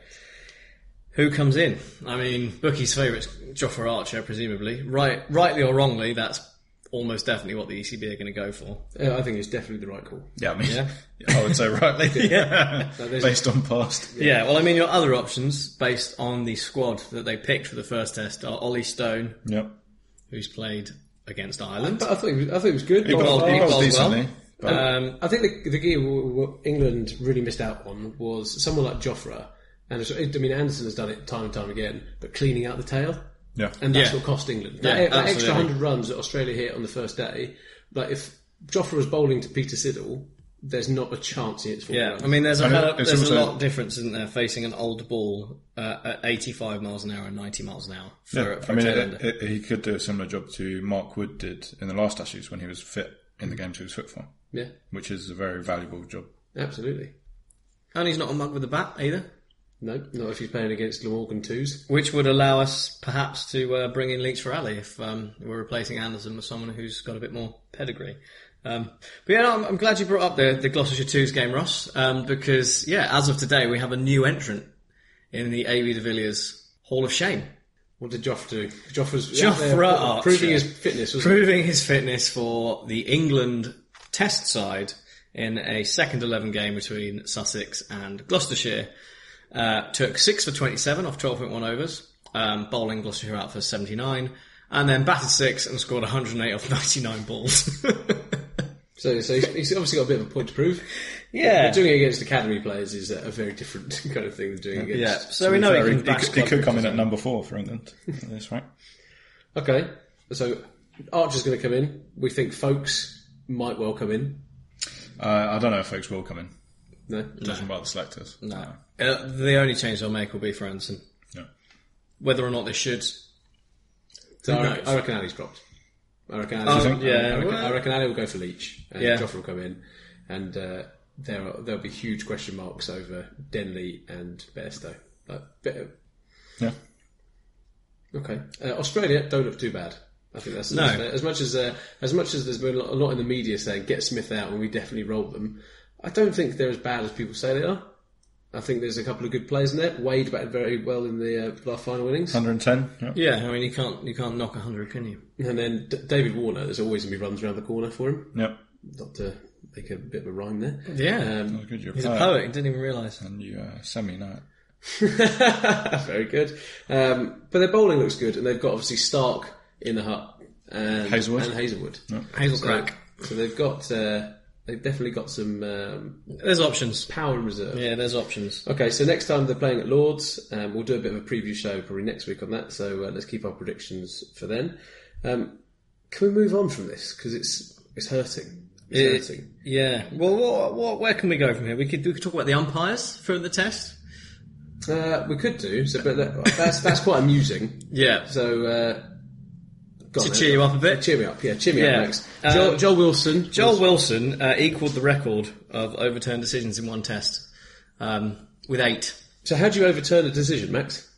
Who comes in? I mean, Bookie's favourite's Joffrey Archer, presumably. Right, rightly or wrongly, that's almost definitely what the ECB are going to go for. Yeah, I think it's definitely the right call. Yeah, I mean, Yeah. I would say rightly. yeah. there's- Based on past. Yeah, well, I mean, your other options based on the squad that they picked for the first test are Ollie Stone, Yep. who's played against Ireland. But I think it was, I think it was good. He bowled, he bowled bowled well. decently. but- Um, I think the, the gear w- w- England really missed out on was someone like Jofra, and it's- I mean Anderson has done it time and time again, but cleaning out the tail, yeah. and that's Yeah. what cost England. Yeah, That, that extra absolutely. hundred runs that Australia hit on the first day, like if Jofra was bowling to Peter Siddle, there's not a chance he hits four Yeah, runs. I mean, there's a, And it- hell of- it's there's a also- lot of difference, isn't there, facing an old ball uh, at 85 miles an hour and 90 miles an hour for, Yeah, for I mean, a it, tailender. it- he could do a similar job to Mark Wood did in the last Ashes when he was fit in the games he was fit for, yeah, which is a very valuable job. absolutely. and he's not a mug with a bat either, No, not if he's playing against Glamorgan twos. which would allow us perhaps to uh, bring in Leach for Ali if um, we're replacing Anderson with someone who's got a bit more pedigree. Um, but yeah, no, I'm, I'm glad you brought up the, the Gloucestershire 2s game, Ross, um, because, yeah, as of today, we have a new entrant in the A.V. de Villiers Hall of Shame. What did Joffra do? Joffra's Jofra Archer. proving his fitness. Wasn't he? proving his fitness for the England Test side in a second 11 game between Sussex and Gloucestershire. Uh, took 6 for 27 off 12.1 overs, um, bowling Gloucestershire out for 79, and then batted 6 and scored 108 off 99 balls. So, so he's, he's obviously got a bit of a point to prove. yeah. But doing it against academy players is a a very different kind of thing than doing it against. yeah, so we know Fair, he he, can bash he could- he could club come in at number four for England. That's right. Okay, so Archer's going to come in. We think Folks might well come in. Uh, I don't know if folks will come in. No, Judging by the selectors. No. Uh, the only change they'll make will be for Anderson. No. Whether or not they should. so I, Who reckon, knows? I reckon Ali's dropped. I reckon Ali. Oh, yeah, I reckon, well- I reckon Ali will go for Leach, and Yeah. Joffrey will come in, and uh, there are, there'll be huge question marks over Denley and Bairstow. Like, bit- Yeah. okay, uh, Australia don't look too bad. I think that's No. as much as uh, as much as there's been a lot- a lot in the media saying get Smith out and we definitely rolled them. I don't think they're as bad as people say they are. I think there's a couple of good players in there. Wade batted very well in the uh, last final innings, 110. Yeah. Yeah, I mean, you can't, you can't knock 100, can you? and then D- David Warner. There's always going to be runs around the corner for him. Yep. Not to make a bit of a rhyme there. Yeah. That was good. You're Um, He's a poet and didn't even realise. And you uh, semi know it. Very good. Um, but their bowling looks good, and they've got obviously Stark in the hut and Hazelwood. And Hazelwood. Hazel So- crack. So they've got uh, they've definitely got some um, There's options. power in reserve. Yeah, there's options. Okay, so next time they're playing at Lords, um, we'll do a bit of a preview show probably next week on that. So uh, let's keep our predictions for then. Um, can we move on from this because it's it's hurting? exerting. Yeah. Well, what, what, where can we go from here? We could we could talk about the umpires from the test. Uh, we could do, so, but that, that's that's quite amusing. Yeah. So, uh, go To on cheer then. you up a bit. Cheer me up, yeah. Cheer me Yeah. up next. Um, Joel, Joel Wilson. Joel was- Wilson uh, equalled the record of overturned decisions in one test um, with eight. So, how do you overturn a decision, Max?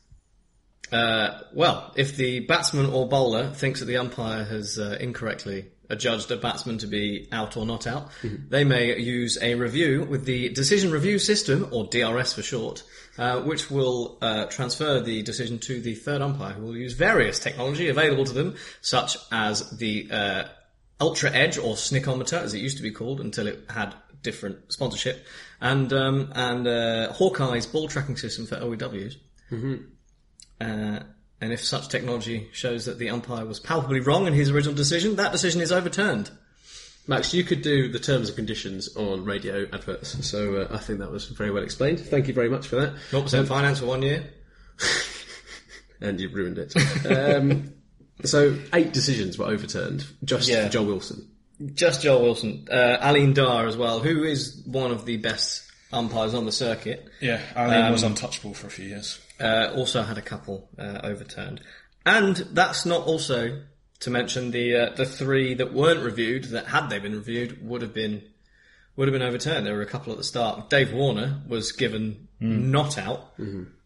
Uh, well, if the batsman or bowler thinks that the umpire has uh, incorrectly adjudged a batsman to be out or not out, they may use a review with the decision review system, or DRS for short, uh, which will uh, transfer the decision to the third umpire, who will use various technology available to them, such as the uh, Ultra Edge or Snickometer, as it used to be called until it had different sponsorship, and um, and uh, Hawkeye's ball tracking system for E OEWs. Uh, and if such technology shows that the umpire was palpably wrong in his original decision, that decision is overturned. Max, you could do the terms and conditions on radio adverts. So, uh, I think that was very well explained. Thank you very much for that. 0% finance for one year. and you've ruined it. Um, so, eight decisions were overturned just Yeah. for Joel Wilson. Just Joel Wilson. Uh, Aline Dar as well, who is one of the best umpires on the circuit, Yeah, Alan was untouchable for a few years. uh, also had a couple uh, overturned. And that's not also to mention the uh, the three that weren't reviewed, that had they been reviewed, would have been would have been overturned. There were a couple at the start. Dave Warner was given not out,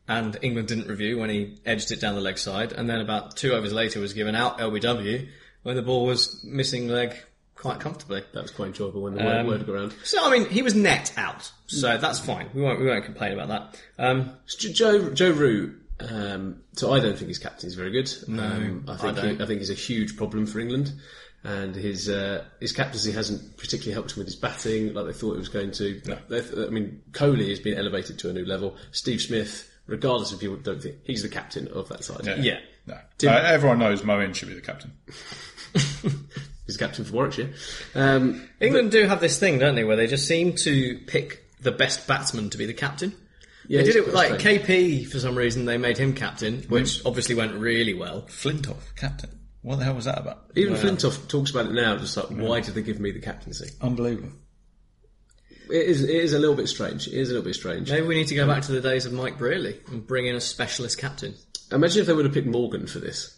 and England didn't review when he edged it down the leg side. And then about two overs later, was given out LBW when the ball was missing leg quite comfortably. That was quite enjoyable when the word Um, word got around. So I mean, he was net out, so that's fine. We won't we won't complain about that. Um, Jo- Joe Joe Rue. Um, so I don't think his captain's very good. No, um, I think I don't. He, I think he's a huge problem for England, and his uh, his captaincy hasn't particularly helped him with his batting, like they thought it was going to. They th- I mean, Coley has been elevated to a new level. Steve Smith, regardless of people don't think he's the captain of that side, yeah. No. Uh, everyone knows Moen should be the captain. he's captain for Warwickshire. Um, England do have this thing, don't they, where they just seem to pick the best batsman to be the captain. yeah, they did he's it with, like frustrating. Mm. KP for some reason. They made him captain, which obviously went really well. Flintoff, captain. What the hell was that about? Even Flintoff talks about it now, just like, why did they give me the captaincy? Unbelievable. It is, it is a little bit strange. It is a little bit strange. Maybe we need to go back to the days of Mike Brearley and bring in a specialist captain. Imagine if they would have picked Morgan for this.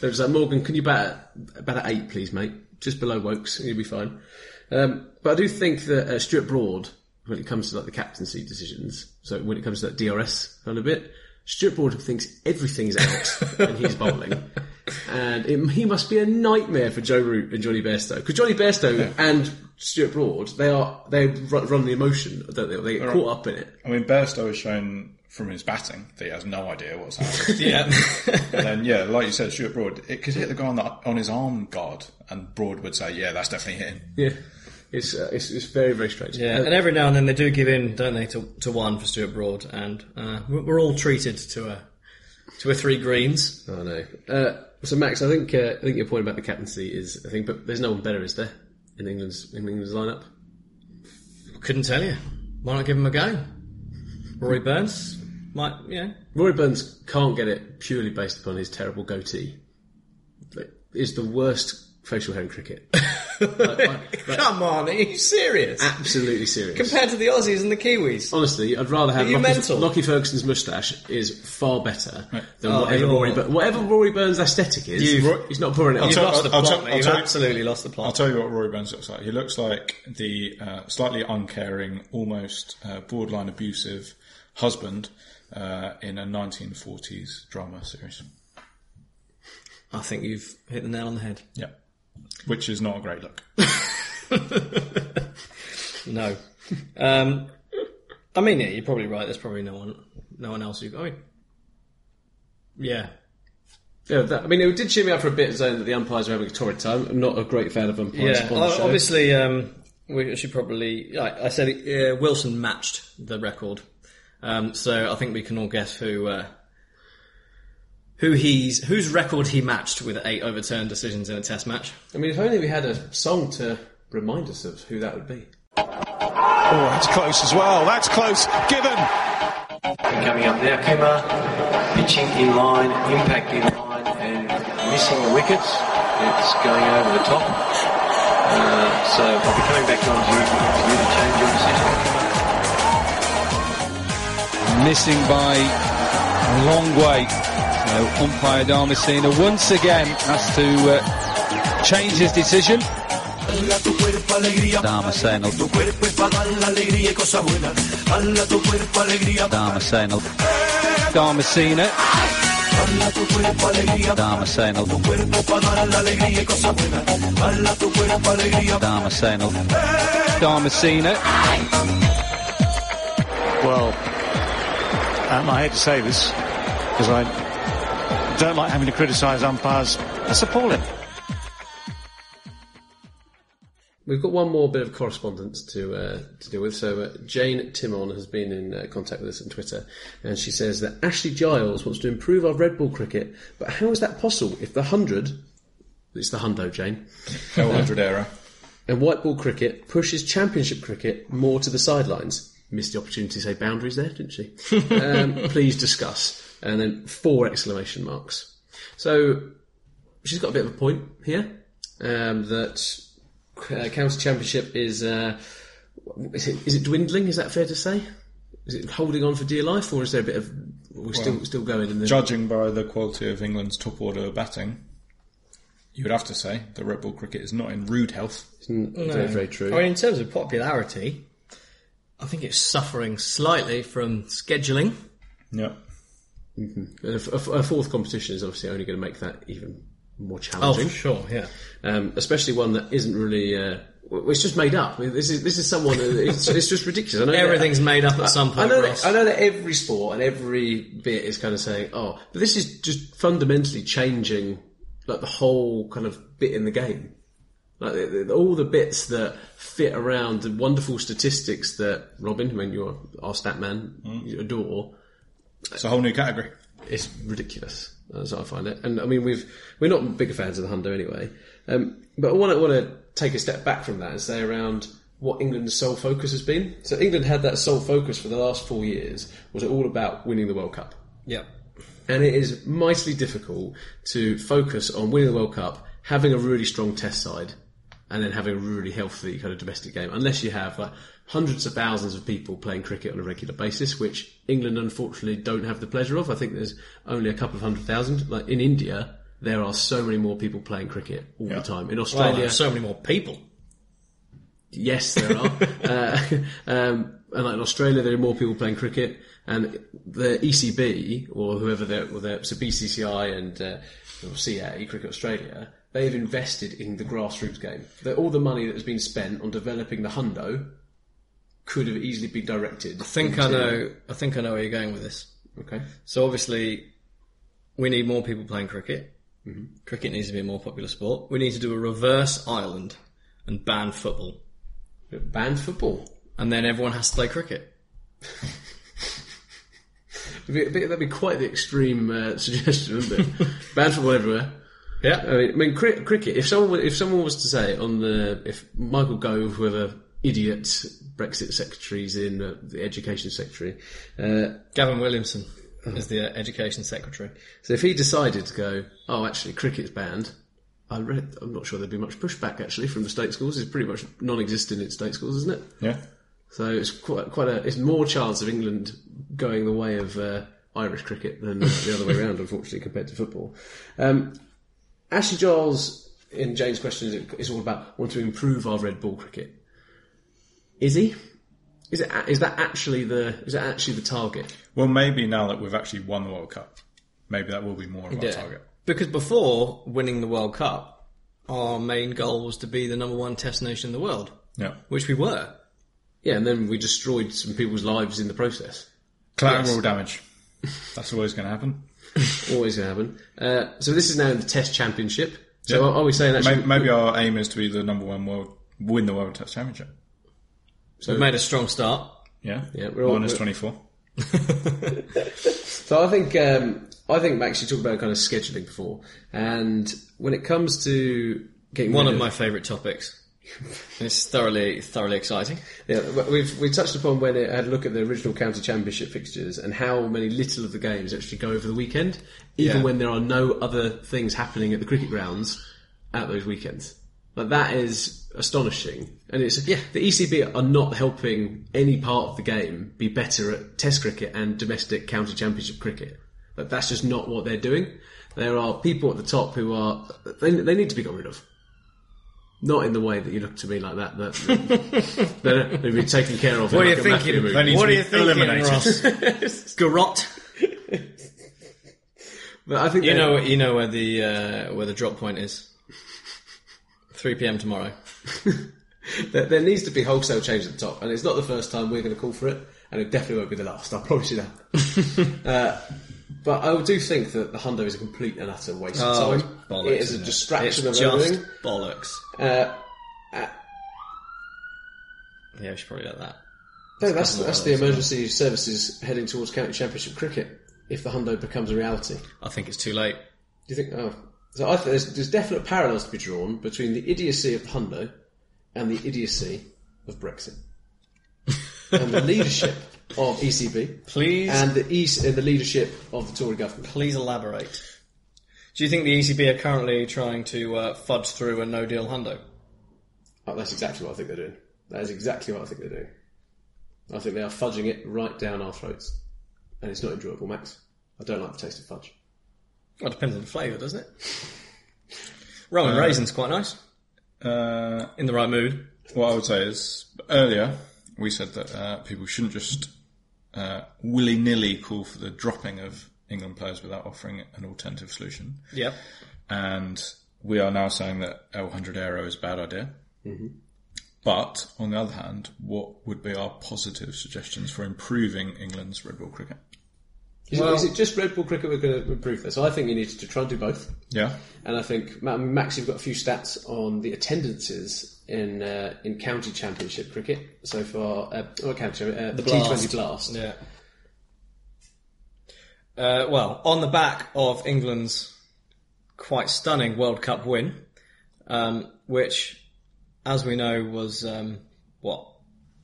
They're just like, Morgan, can you bat at, bat at eight, please, mate? Just below Wokes, and you'll be fine. Um, but I do think that uh, Stuart Broad, when it comes to like the captaincy decisions, so when it comes to that DRS kind of bit, Stuart Broad thinks everything's out and he's bowling. And it, he must be a nightmare for Joe Root and Johnny Bairstow. Because Johnny Bairstow and Stuart Broad, they are they ru- run the emotion, don't they? They get caught up in it. I mean, Bairstow has shown from his batting that he has no idea what's happening. Yeah, and then, yeah, like you said, Stuart Broad, it could hit the guy on, the, on his arm guard, and Broad would say, yeah, that's definitely hitting. Yeah. It's, uh, it's, it's very, very strange. yeah. And every now and then they do give in, don't they, to, to one for Stuart Broad, and uh, we're we're all treated to a to a three greens. I know. Uh, so Max, I think uh, I think your point about the captaincy is I think, but there's no one better, is there, in England's in England's lineup? Couldn't tell you. Why not give him a go? Rory Burns might, yeah. Rory Burns can't get it purely based upon his terrible goatee. Like, It's the worst facial hair in cricket. Come on, are you serious? Absolutely serious. Compared to the Aussies and the Kiwis. Honestly, I'd rather have Are you Lockie, mental? Lockie Ferguson's moustache is far better than Oh, whatever you're- Rory. But whatever Rory Burns' aesthetic is, You've- Roy- he's not pouring it. You've tell- on. lost the I'll plot. tell- mate. I'll You've tell- absolutely lost the plot. I'll tell you what Rory Burns looks like. He looks like the uh, slightly uncaring, almost uh, borderline abusive husband uh, in a 1940s drama series. I think you've hit the nail on the head. Yeah. Which is not a great look. No, um, I mean, yeah, you're probably right. There's probably no one, no one else. You, I mean, yeah, Yeah, that, I mean, it did cheer me up for a bit, saying that the umpires are having a torrid time. I'm not a great fan of umpires. yeah. on the o- show. Obviously, um, we should probably. I, I said uh, Wilson matched the record, um, so I think we can all guess who uh, who he's whose record he matched with eight overturned decisions in a Test match. I mean, if only we had a song to remind us of who that would be. Oh, that's close as well. That's close. Given. Coming up now, Kumar, pitching in line, impact in line, and missing the wickets. It's going over the top. Uh, so I'll be coming back on to you, to you to change your decision. missing by a long way. So umpire Darmacina once again has to uh, change his decision. Darmacina. Darmacina. Darmacina. Darmacina. Darmacina. Darmacina. Well, um, I hate to say this because I don't like having to criticise umpires. That's appalling. We've got one more bit of correspondence to uh, to deal with. So uh, Jane Timon has been in uh, contact with us on Twitter, and she says that Ashley Giles wants to improve our red ball cricket, but how is that possible if the hundred, it's the hundo, Jane, L hundred era. and white ball cricket pushes championship cricket more to the sidelines? Missed the opportunity to say boundaries there, didn't she? um, please discuss. And then four exclamation marks. So she's got a bit of a point here um, that uh, county championship is uh, is it is it dwindling? Is that fair to say? Is it holding on for dear life, or is there a bit of we're still still going in the Judging by the quality of England's top order batting, you would have to say that Red Bull cricket is not in rude health. Very, very true. I mean, in terms of popularity, I think it's suffering slightly from scheduling. Yep. And a, f- a fourth competition is obviously only going to make that even more challenging, Oh, sure, yeah. um, especially one that isn't really. Uh, w- it's just made up. I mean, This is this is someone. It's, it's just ridiculous. I know that- Everything's made up at some I point. know, Ross. that, I know that every sport and every bit is kind of saying, "Oh, but this is just fundamentally changing like the whole kind of bit in the game." Like the, the, all the bits that fit around the wonderful statistics that Robin, when you're our stat man, you adore, It's a whole new category. it's ridiculous. That's how I find it. And I mean, we've we're not big fans of the Hundo anyway. Um, but I want to want to take a step back from that and say around what England's sole focus has been. So England had that sole focus for the last four years was all about winning the World Cup, yeah. and it is mightily difficult to focus on winning the World Cup, having a really strong Test side, and then having a really healthy kind of domestic game, unless you have like hundreds of thousands of people playing cricket on a regular basis, which England unfortunately don't have the pleasure of. I think there's only a couple of hundred thousand. Like in India, there are so many more people playing cricket all the time. In Well, Australia, there are so many more people. Yes, there are. uh, um, and like in Australia, there are more people playing cricket, and the ECB or whoever they're, or they're so BCCI and uh, or CA Cricket Australia, they've invested in the grassroots game. That all the money that has been spent on developing the hundo could have easily been directed. I think I know. I think I know where you're going with this. Okay. So obviously, we need more people playing cricket. Cricket needs to be a more popular sport. We need to do a reverse Ireland and ban football, Banned football. and then everyone has to play cricket. That'd be, that'd be quite the extreme uh, suggestion, wouldn't it? Banned football everywhere. I Yeah. mean, I mean cri- cricket. If someone if someone was to say on the if Michael Gove, whoever idiot Brexit secretaries in uh, the education secretary, uh, Gavin Williamson is the uh, education secretary. so if he decided to go, oh, actually cricket's banned. I read. I'm not sure there'd be much pushback actually from the state schools. It's pretty much non-existent in state schools, isn't it? Yeah. So it's quite quite a. It's more chance of England going the way of uh, Irish cricket than uh, the other way around, unfortunately, compared to football. Um, Ashley Giles in Jane's question is, is all about want to improve our red ball cricket. Is he? Is it? a- Is that actually the? Is that actually the target? Well, maybe now that we've actually won the World Cup, maybe that will be more of our Yeah. target. Because before winning the World Cup, our main goal was to be the number one test nation in the world, Yeah. which we were. Yeah, and then we destroyed some people's lives in the process. Collateral damage. That's always going to happen. Always gonna happen. Uh, so this is now in the Test Championship. So are- are we saying actually? Maybe, maybe our aim is to be the number one world, win the World Test Championship. We've made a strong start. Yeah. Yeah, we're all- Minus we're- 24. So I think um, I think Max, you talked about kind of scheduling before, and when it comes to getting One rid of my favourite topics. And it's thoroughly, thoroughly exciting. yeah, but we've we touched upon when it had a look at the original county championship fixtures and how many little of the games actually go over the weekend, even Yeah. when there are no other things happening at the cricket grounds at those weekends. Like that is astonishing. And it's yeah, the ECB are not helping any part of the game be better at Test cricket and domestic county championship cricket. Like that's just not what they're doing. There are people at the top who are they, they need to be got rid of. Not in the way that you look to me like that. um, That they're, they're being taken care of. in What are like you a mafia thinking? movie. They need What are to be you thinking, eliminated. Ross? Garrot. But I think You they- know, you know where the uh, where the drop point is. 3 p.m. tomorrow. There, there needs to be wholesale change at the top, and it's not the first time we're going to call for it, and it definitely won't be the last. I promise you that. uh, but I do think that the Hundo is a complete and utter waste of time. it is a Oh, isn't distraction It's of just everything. bollocks. Uh, Yeah, we should probably let that. no, that's that's the others, emergency services heading towards county championship cricket. If the Hundo becomes a reality, do I think it's too late. you think? Oh, so I think there's, there's definite parallels to be drawn between the idiocy of the Hundo and the idiocy of Brexit, and the leadership of ECB. Please, and the east and the leadership of the Tory government. please elaborate. Do you think the ECB are currently trying to uh, fudge through a no deal hundo? Oh, that's exactly what I think they're doing. That is exactly what I think they're doing. I think they are fudging it right down our throats, and it's not enjoyable, Max. I don't like the taste of fudge. Well, it depends on the flavour, doesn't it? Rum and raisins quite nice Uh, in the right mood. what I would say is earlier we said that uh, people shouldn't just uh, willy nilly call for the dropping of England players without offering an alternative solution. Yep. and we are now saying that L100 Aero is a bad idea. Mm-hmm. But on the other hand, what would be our positive suggestions for improving England's red ball cricket? Is, it- is it just Red Bull cricket we're going to improve this? I think you need to try and do both. Yeah, And I think Ma- Max, you've got a few stats on the attendances in uh, in county championship cricket so far. Uh, oh, county championship, uh, the T20 Blast. blast. Yeah. Uh, well, on the back of England's quite stunning World Cup win, um, which, as we know, was um, what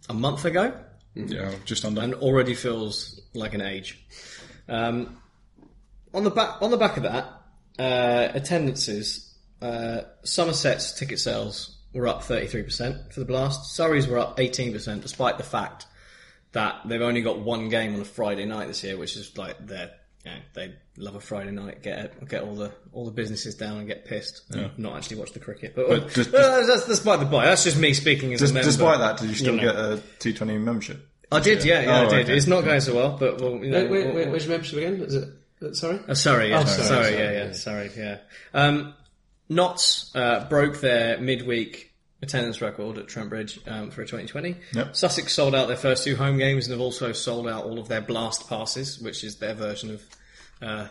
a month ago, yeah, just under. and already feels like an age. Um, on the back, on the back of that, uh, attendances, uh, Somerset's ticket sales were up 33% for the Blast. Surrey's were up 18%, despite the fact that they've only got one game on a Friday night this year, which is like their. You know, they love a Friday night. Get get all the all the businesses down and get pissed. And Not actually watch the cricket, but, But does- well, that's, that's by the by. That's just me speaking as a member. Despite that, did you still know. get a T20 membership? I did, yeah, yeah, Oh, I did. okay. It's not going so well, but well, you know, Wait, wait, wait, we'll- where's your membership again? Is it? uh, Sorry. Oh, sorry, yeah, sorry, sorry, sorry, yeah, yeah, yeah. sorry, yeah. Um, Notts uh, broke their midweek attendance record at Trent Bridge um, for 2020. Yep. Sussex sold out their first two home games and have also sold out all of their blast passes, which is their version of uh,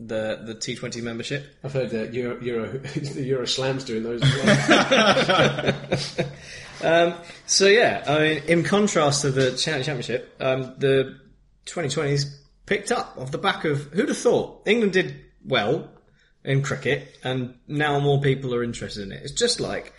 the the T20 membership. I've heard that Euro, Euro, the Euro Slam's doing those as well. So yeah, I mean, in contrast to the County Championship, um, the 2020s picked up off the back of who'd have thought England did well in cricket, and now more people are interested in it. It's just like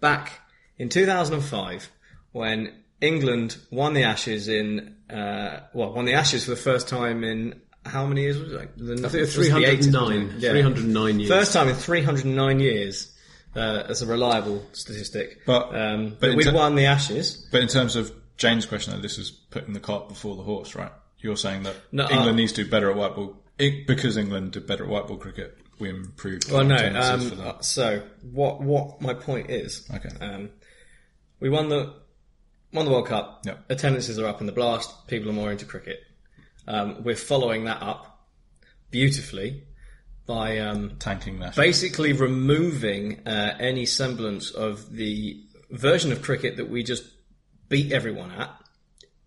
back in 2005 when England won the Ashes in uh, well, won the Ashes for the first time in how many years was it? Like, the, I think it's 309, 309 years. First time in 309 years. Uh, as a reliable statistic, But- um, but but in we'd ter- won the Ashes. But in terms of Jane's question, though, this is putting the cart before the horse, right? You're saying that No, England uh, needs to do better at white ball it, because England did better at white ball cricket. We improved. Well, no. Um, attendances for that. So what? What my point is? Okay. Um, we won the won the World Cup. Yep. Attendances are up in the blast. People are more into cricket. Um, we're following that up beautifully by um, tanking that. basically removing uh, any semblance of the version of cricket that we just beat everyone at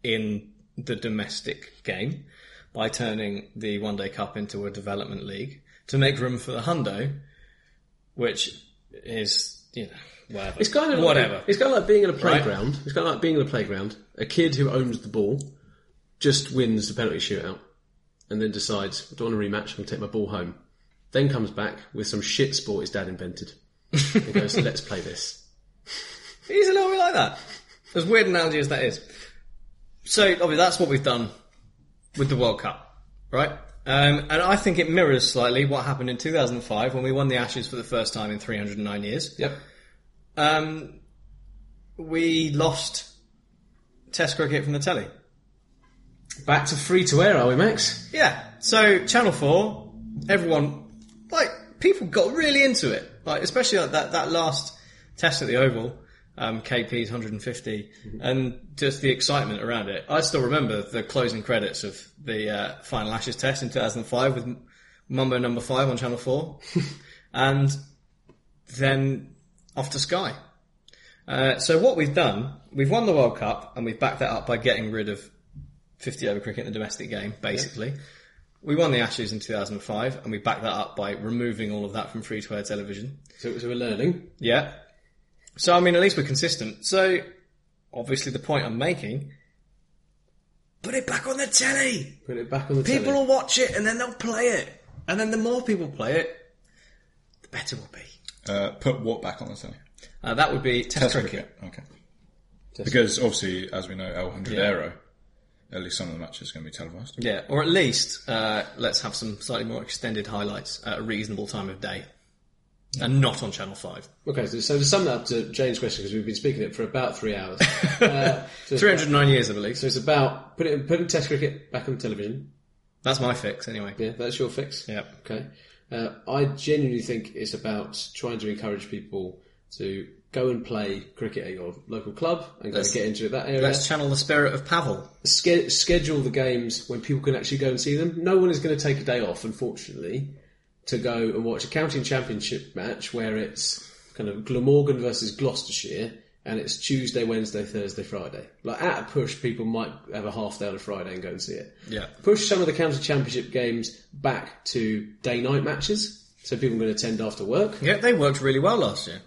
in the domestic game by turning the One Day Cup into a development league to make room for the Hundo, which is you know whatever. It's kind of whatever. Like, it's kind of like being in a playground. It's kind of like being in a playground. A kid who owns the ball just wins the penalty shootout, and then decides I don't want to rematch. I'm going to take my ball home. Then comes back with some shit sport his dad invented. and goes, let's play this. He's a little bit like that. As weird an analogy as that is. So, obviously, that's what we've done with the World Cup, right? Um, and I think it mirrors slightly what happened in 2005 when we won the Ashes for the first time in 309 years. Yep. Um, we lost Test cricket from the telly. Back to free to air, are we, Max? Yeah. So Channel Four, everyone, like people got really into it, like especially like that that last test at the Oval, um, KP's 150, and just the excitement around it. I still remember the closing credits of the uh, final Ashes test in 2005 with M- Mumbo Number Five on Channel Four, and then off to Sky. Uh, so what we've done, we've won the World Cup, and we've backed that up by getting rid of 50 over cricket in the domestic game, basically. We won the Ashes in 2005, and we backed that up by removing all of that from free to air television. So, so we're learning. Yeah. So, I mean, at least we're consistent. So, obviously, the point I'm making put it back on the telly. Put it back on the People telly. will watch it, and then they'll play it. And then the more people play it, the better we'll be. Uh, put what back on the telly? Uh, that would be Test, Test cricket. cricket. Okay. Because obviously, as we know, L hundred Aero, at least some of the matches are going to be televised. Yeah, or at least uh, let's have some slightly more extended highlights at a reasonable time of day. And not on Channel 5. Okay, so, so to sum that up to Jane's question, because we've been speaking it for about three hours. uh, so it's 309 years, I believe. So it's about putting putting Test cricket back on television. That's my fix, anyway. Yeah, that's your fix. Yep. Okay. Uh, I genuinely think it's about trying to encourage people to go and play cricket at your local club and go Let's- and get into that area. Let's channel the spirit of Pavel. Ske- schedule the games when people can actually go and see them. No one is going to take a day off, unfortunately, to go and watch a county championship match where it's kind of Glamorgan versus Gloucestershire and it's Tuesday, Wednesday, Thursday, Friday. Like at a push, people might have a half day on a Friday and go and see it. Yeah. Push some of the county championship games back to day night matches. So people can attend after work. Yeah, they worked really well last year.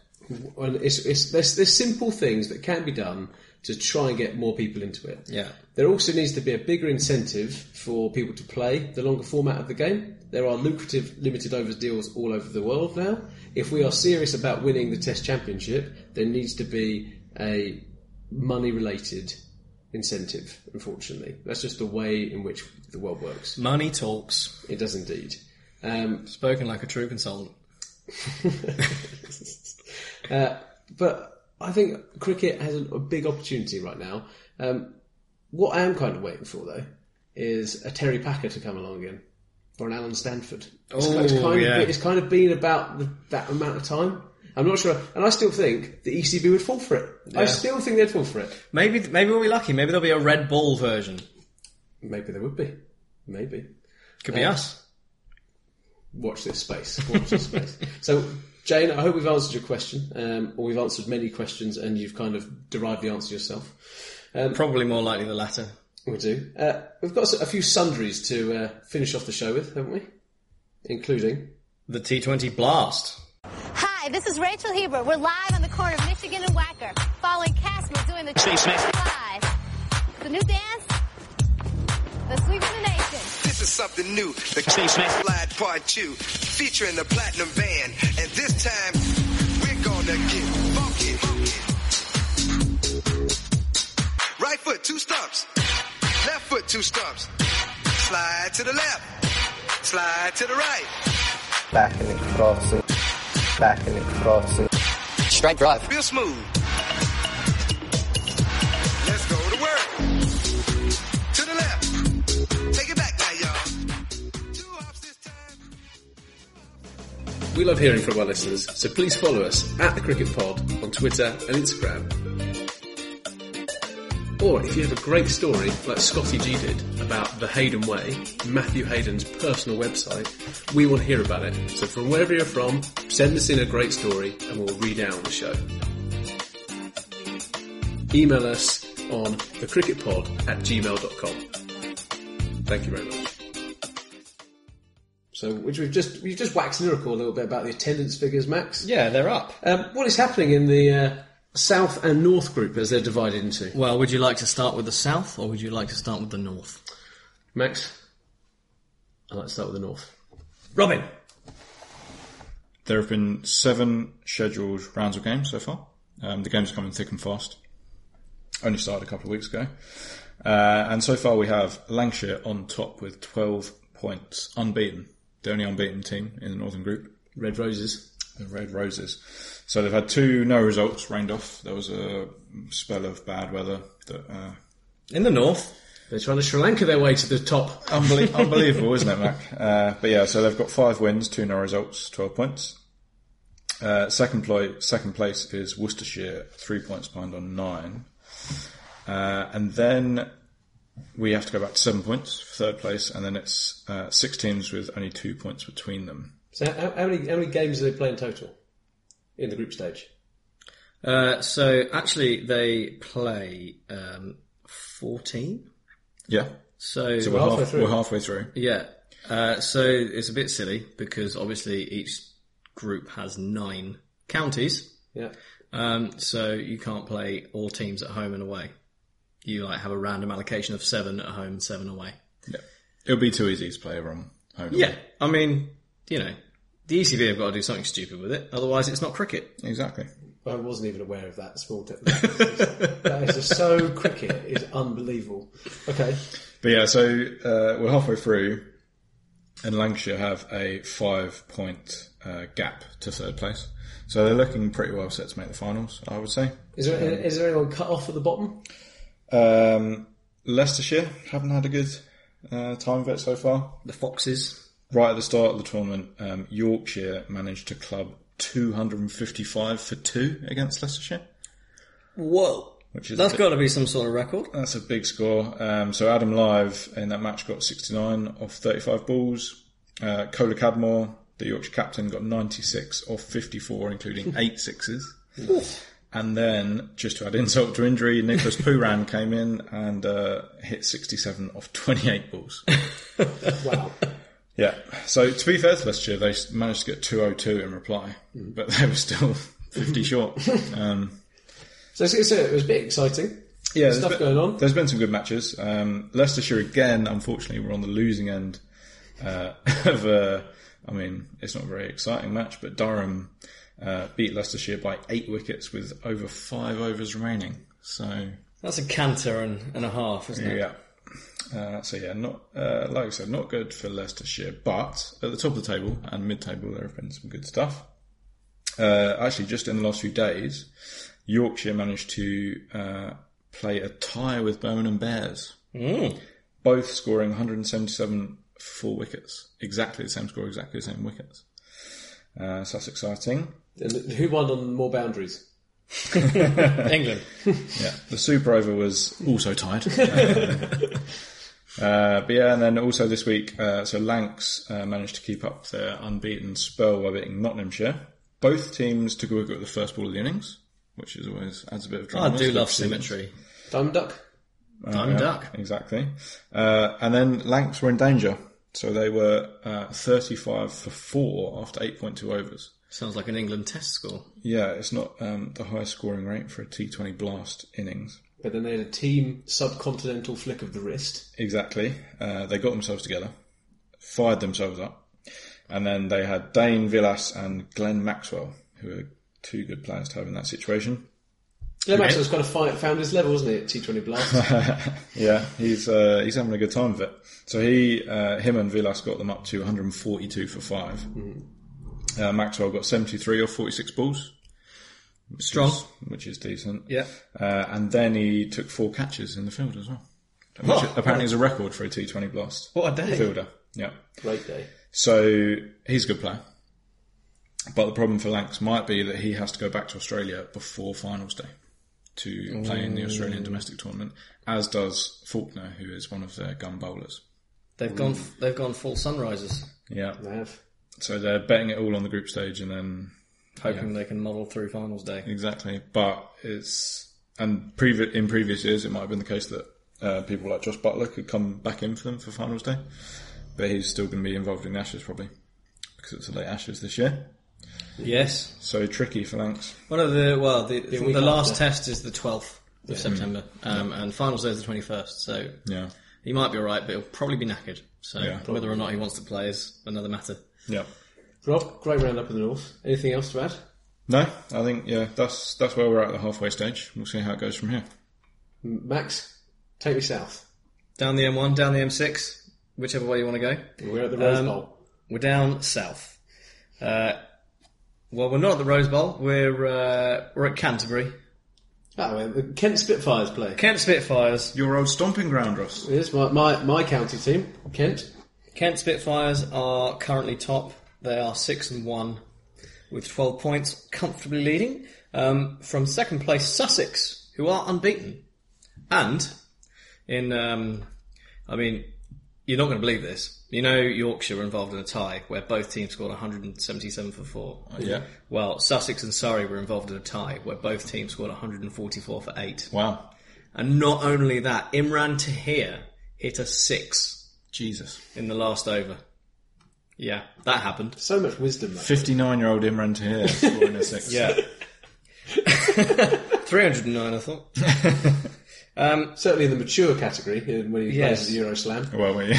And it's, it's, there's, there's simple things that can be done to try and get more people into it. Yeah. There also needs to be a bigger incentive for people to play the longer format of the game. There are lucrative limited overs deals all over the world now. If we are serious about winning the Test Championship, there needs to be a money related incentive, unfortunately. That's just the way in which the world works. Money talks. It does indeed. Um, Spoken like a true consultant. Uh, but I think cricket has a, a big opportunity right now. Um, what I am kind of waiting for though is a Terry Packer to come along again or an Alan Stanford. It's, Oh, it's kind yeah. of, it's kind of been about the, that amount of time. I'm not sure, and I still think the ECB would fall for it. I still think they'd fall for it. Maybe maybe we'll be lucky. Maybe there'll be a Red Bull version. Maybe they would be. Maybe. Could be Yeah. us. Watch this space. Watch this space. So, Jane, I hope we've answered your question, um, or we've answered many questions, and you've kind of derived the answer yourself. Um, Probably more likely the latter. We do. Uh, we've got a few sundries to uh, finish off the show with, haven't we? Including. The T20 Blast. Hi, this is Rachel Hebert. We're live on the corner of Michigan and Wacker, following Casper doing the Steve Smith. Live. The new dance, the sweep of the nation. This is something new. The Steve Smith Slide Part 2, featuring the Platinum Band. And this time, we're gonna get funky. Right foot, two stumps. Left foot, two stumps. Slide to the left. Slide to the right. Back in the crossing. Back in the crossing. Straight drive. Real smooth. Let's go to work. To the left. Take it back now, y'all. Two hops this time. We love hearing from our listeners, so please follow us at The Cricket Pod on Twitter and Instagram. Or if you have a great story, like Scotty G did, about the Hayden Way, Matthew Hayden's personal website, we want to hear about it. So from wherever you're from, send us in a great story and we'll read out on the show. Email us on thecricketpod at gmail.com. Thank you very much. So, which we've just we've just waxed lyrical a little bit about the attendance figures, Max. Yeah, they're up. Um, what is happening in the uh, South and North group as they're divided into? Well, would you like to start with the South or would you like to start with the North? Max, I'd like to start with the North. Robin. There have been seven scheduled rounds of games so far. Um, the games are coming thick and fast. Only started a couple of weeks ago. Uh, and so far we have Lancashire on top with 12 points, unbeaten. The only unbeaten team in the Northern Group. Red Roses. the Red Roses. So they've had two no results rained off. There was a spell of bad weather that uh, in the north. They're trying to Sri Lanka their way to the top. Unbelie- unbelievable, isn't it, Mac? Uh, but yeah, so they've got five wins, two no results, twelve points. Uh, second, pl- second place is Worcestershire, three points behind on nine. Uh, and then we have to go back to seven points for third place, and then it's uh, six teams with only two points between them. So how, how many how many games do they play in total in the group stage? Uh, so actually, they play um, fourteen. Yeah. So, So we're, halfway half, through. we're halfway through. yeah. Uh, so it's a bit silly because obviously each group has nine counties. Yeah. Um, so you can't play all teams at home and away. You like have a random allocation of seven at home, seven away. Yeah. It'll be too easy to play everyone home. Yeah, I mean, you know, the ECB have got to do something stupid with it, otherwise it's not cricket. Exactly. I wasn't even aware of that small difference. that is just so cricket is unbelievable. Okay. But yeah, so uh, we're halfway through, and Lancashire have a five point uh, gap to third place. So they're looking pretty well set to make the finals, I would say. Is there is there anyone cut off at the bottom? Um, Leicestershire haven't had a good uh, time of it so far. The Foxes. Right at the start of the tournament, um, Yorkshire managed to club 255 for two against Leicestershire. Whoa, Which is that's a bit- got to be some sort of record. That's a big score. Um, so Adam Live in that match got 69 off 35 balls. Uh, Cola Cadmore, the Yorkshire captain, got 96 off 54, including eight sixes. And then, just to add insult to injury, Nicholas Puran came in and uh, hit 67 off 28 balls. Wow. Yeah. So to be fair to Leicestershire, they s- managed to get 202 in reply, but they were still 50 short. Um, So, it's- it's- it was a bit exciting. yeah, there's Stuff been- going on. There's been some good matches. Um, Leicestershire again, unfortunately, were on the losing end uh, of. Uh, I mean, it's not a very exciting match, but Durham uh, beat Leicestershire by eight wickets with over five overs remaining. So That's a canter and, and a half, isn't it? yeah. Uh, so yeah, not uh, like I said, not good for Leicestershire, but at the top of the table and mid-table, there have been some good stuff. Uh, actually, just in the last few days, Yorkshire managed to uh, play a tie with Birmingham Bears, Mm. both scoring 177 full wickets, exactly the same score, exactly the same wickets. Uh, so that's exciting. And who won on more boundaries? England. Yeah, the super over was also tied. Uh, but yeah, and then also this week, uh, so Lancs uh, managed to keep up their unbeaten spell by beating Nottinghamshire. Both teams took a wicket at the first ball of the innings, which is always adds a bit of I drama. do to the love proceedings. symmetry. Diamond Duck. Oh, Diamond duck. Exactly. Uh, and then Lancs were in danger, so they were uh, 35 for four after 8.2 overs. Sounds like an England test score. Yeah, it's not um, the highest scoring rate for a T20 blast innings. But then they had a team subcontinental flick of the wrist. Exactly. Uh, they got themselves together, fired themselves up, and then they had Dane Villas and Glenn Maxwell, who are two good players to have in that situation. Yeah, Max was kind of fi- found his level, wasn't he? At T20 Blast. Yeah, he's uh, he's having a good time of it. So he, uh, him and Villas got them up to 142 for five. Mm-hmm. Uh, Maxwell got 73 or 46 balls, Strong. which is decent. Yeah. Uh, and then he took four catches in the field as well, which apparently is a record for a T20 blast What a day. fielder. Yeah. Great day. So he's a good player. But the problem for Lanks might be that he has to go back to Australia before finals day to play in the Australian domestic tournament, as does Faulkner, who is one of their gun bowlers. They've gone. They've gone full sunrises, Yeah. They have. So they're betting it all on the group stage and then hoping they can model through finals day. exactly. But it's and previ- in previous years it might have been the case that uh, people like Josh Butler could come back in for them for finals day, but he's still going to be involved in the Ashes probably because it's a late Ashes this year. Yes. So tricky for Lanks. One of the well, the, week the last after. test is the twelfth of September, um, and finals day is the twenty first. So Yeah. he might be all right, but he'll probably be knackered. So Yeah. whether or not he wants to play is another matter. Yeah. Rob, great round up in the north. Anything else to add? No, I think yeah, that's that's where we're at the halfway stage. We'll see how it goes from here. M- Max, take me south. Down the M1, down the M6, whichever way you want to go. We're at the Rose Um, Bowl. We're down south. Uh, Well, we're not at the Rose Bowl. We're uh, we're at Canterbury. Oh, well, Kent Spitfires play. Kent Spitfires. Your old stomping ground, Ross. It is my, my, my county team, Kent. Kent Spitfires are currently top. They are six and one, with twelve points, comfortably leading um, from second place Sussex, who are unbeaten, and in um, I mean, you're not going to believe this. You know, Yorkshire were involved in a tie where both teams scored 177 for four. yeah. Well, Sussex and Surrey were involved in a tie where both teams scored 144 for eight. Wow. And not only that, Imran Tahir hit a six Jesus. in the last over. Yeah, that happened. So much wisdom. Though. 59 year old Imran Tahir scoring a six. Yeah. 309, I thought. Certainly in the mature category uh, when he Yes. plays the Euro Slam. Well, we,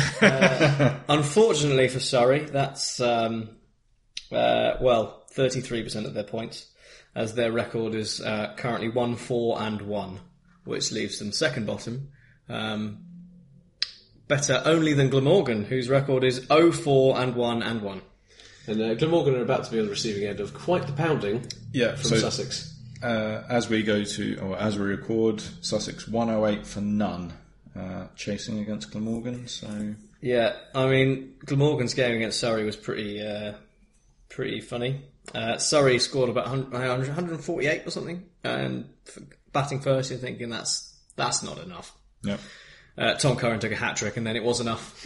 Unfortunately for Surrey, that's, um, uh, well, 33% of their points, as their record is uh, currently 1 4 and 1, which leaves them second bottom. Um, better only than Glamorgan, whose record is 0 4 and 1 and 1. And uh, Glamorgan are about to be on the receiving end of quite the pounding yeah. from so, Sussex. uh, as we go to, or as we record, Sussex 108 for none, uh, chasing against Glamorgan. So Yeah, I mean, Glamorgan's game against Surrey was pretty, uh, pretty funny. Uh, Surrey scored about uh, 100, 148 or something, and f- batting first, you're thinking that's that's not enough. yeah, Uh, Tom Curran took a hat trick, and then it was enough.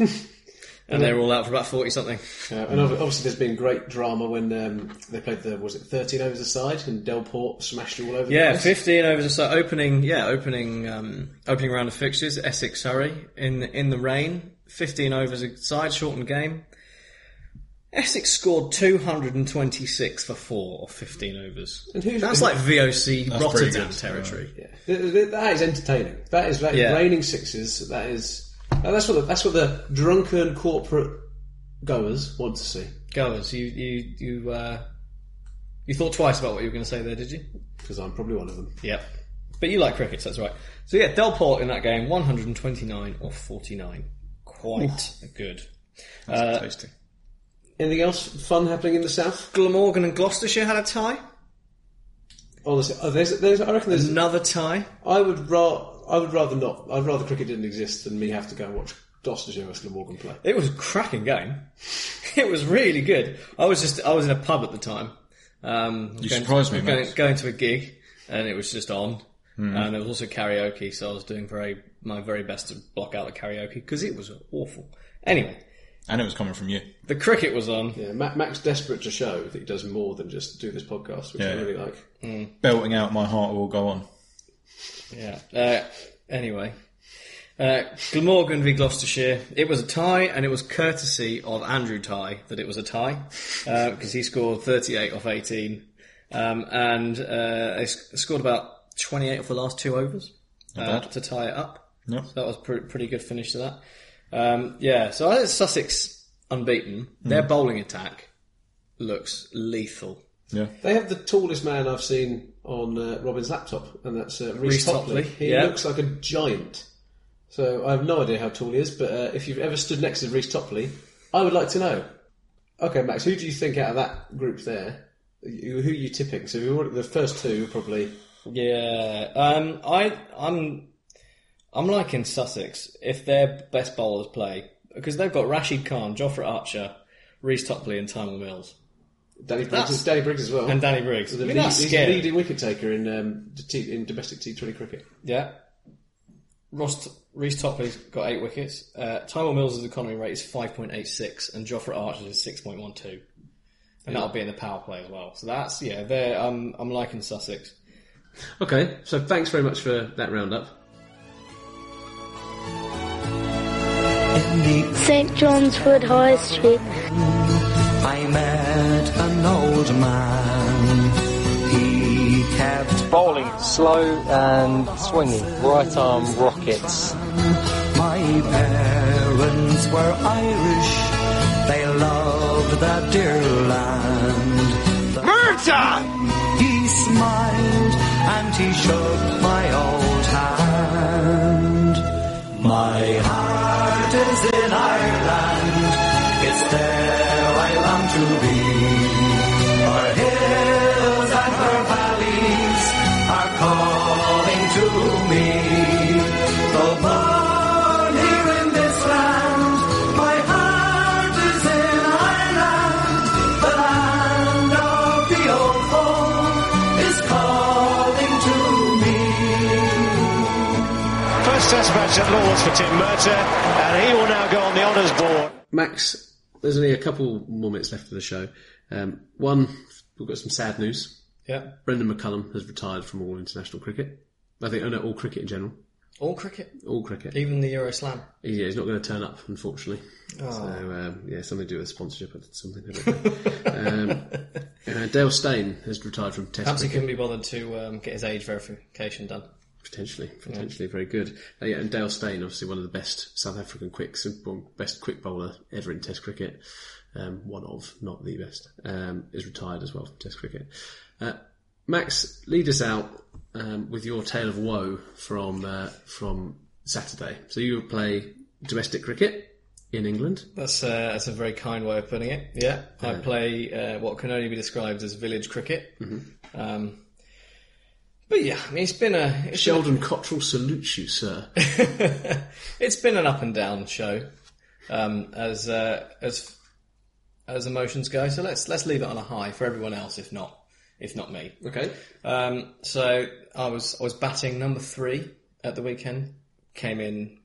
and they were all out for about forty something. Uh, and ob- obviously, there's been great drama when um, they played the was it 13 overs aside and Delport smashed all over. the Yeah, place. fifteen overs. So opening, yeah, opening, um, opening round of fixtures. Essex, Surrey, in in the rain. Fifteen overs aside, shortened game. Essex scored two hundred and twenty six for four or fifteen overs. And who's- That's like VOC pretty Rotterdam good. territory. Th- th- That is entertaining. That is that is Yeah. raining sixes. That is uh, that's what the, that's what the drunken corporate goers want to see Goers, you you you uh, you thought twice about what you were going to say there, did you? because I'm probably one of them. Yep. But you like crickets, that's right. So yeah, Delport in that game, 129 or 49. Quite good. that's tasty. Anything else fun happening in the south? Glamorgan and Gloucestershire had a tie. Honestly, oh, there's, there's, I reckon there's. Another tie. I would ra- I would rather not. I'd rather cricket didn't exist than me have to go and watch Gloucestershire versus Glamorgan play. It was a cracking game. It was really good. I was just I was in a pub at the time. Um, you surprised me, Hmm. Going, mate. going to a gig, and it was just on. And there was also karaoke, so I was doing very my very best to block out the karaoke because it was awful. Anyway, And it was coming from you. the cricket was on. Yeah, Ma- Mac's desperate to show that he does more than just do this podcast, which I Yeah. really like. Belting out, my heart will go on. Yeah. Uh, anyway, uh, Glamorgan v Gloucestershire. It was a tie, and it was courtesy of Andrew Ty that it was a tie because he scored 38 off 18, um, and uh, they sc- scored about 28 off the last two overs uh, bad. to tie it up. Yeah. So that was pr- pretty good finish to that. Um, yeah. So I think Sussex unbeaten. Their bowling attack looks lethal. Yeah. They have the tallest man I've seen on uh, Robin's laptop, and that's uh, Reese Rhys Topley. Topley, He yeah. looks like a giant. So I have no idea how tall he is, but uh, if you've ever stood next to Reese Topley, I would like to know. Okay, Max, who do you think out of that group there? You, who are you tipping? So you the first two are probably. Yeah, um, I, I'm, I'm liking Sussex if their best bowlers play because they've got Rashid Khan, Jofra Archer, Reese Topley, and Tymon Mills, Danny Briggs, That's- Danny Briggs as well. and Danny Briggs. I the mean, lead- that's he's the scary. leading wicket taker in um, the T- in domestic T20 cricket. Yeah, Ross Reese Topley's got eight wickets. Uh, Tymon Mills' economy rate is five point eight six, and Jofra Archer's is six point one two, and that'll be in the power play as well. So that's yeah, they're um, I'm liking Sussex. Okay, so thanks very much for that roundup. St. John's Wood High Street. I met an old man. He kept Bowling, slow and swinging. Right arm rockets. my parents were Irish. They loved that dear land. Murta! He smiled and he shook my old hand. My heart is in Ireland. It's there I long to be. For here match at Lords for Tim Murta, and he will now go on the honours board. Max, there's only a couple more minutes left of the show. Um, one, we've got some sad news. Yeah. Brendan McCullum has retired from all international cricket. I think, oh no, all cricket in general. All cricket, All cricket. even the Euro Slam. Yeah, he's not going to turn up, unfortunately. Oh. So, um, yeah, something to do with sponsorship or something. I don't know. um, uh, Dale Steyn has retired from Test Perhaps he cricket. couldn't be bothered to um, get his age verification done. Potentially, potentially very good. Uh, yeah, and Dale Steyn, obviously one of the best South African quicks, and one- best quick bowler ever in Test cricket. Um, one of, not the best. Um, is retired as well from Test cricket. Uh, Max, lead us out um, with your tale of woe from uh, from Saturday. So you play domestic cricket in England. That's uh, that's a very kind way of putting it. Yeah, I Yeah. play uh, what can only be described as village cricket. Mm-hmm. Um, but yeah, I mean, it's been a it's been a- Sheldon Cottrell salutes you, sir. it's been an up and down show, um, as uh, as as emotions go. So let's let's leave it on a high for everyone else, if not if not me. Okay. Um, so I was I was batting number three at the weekend. Came in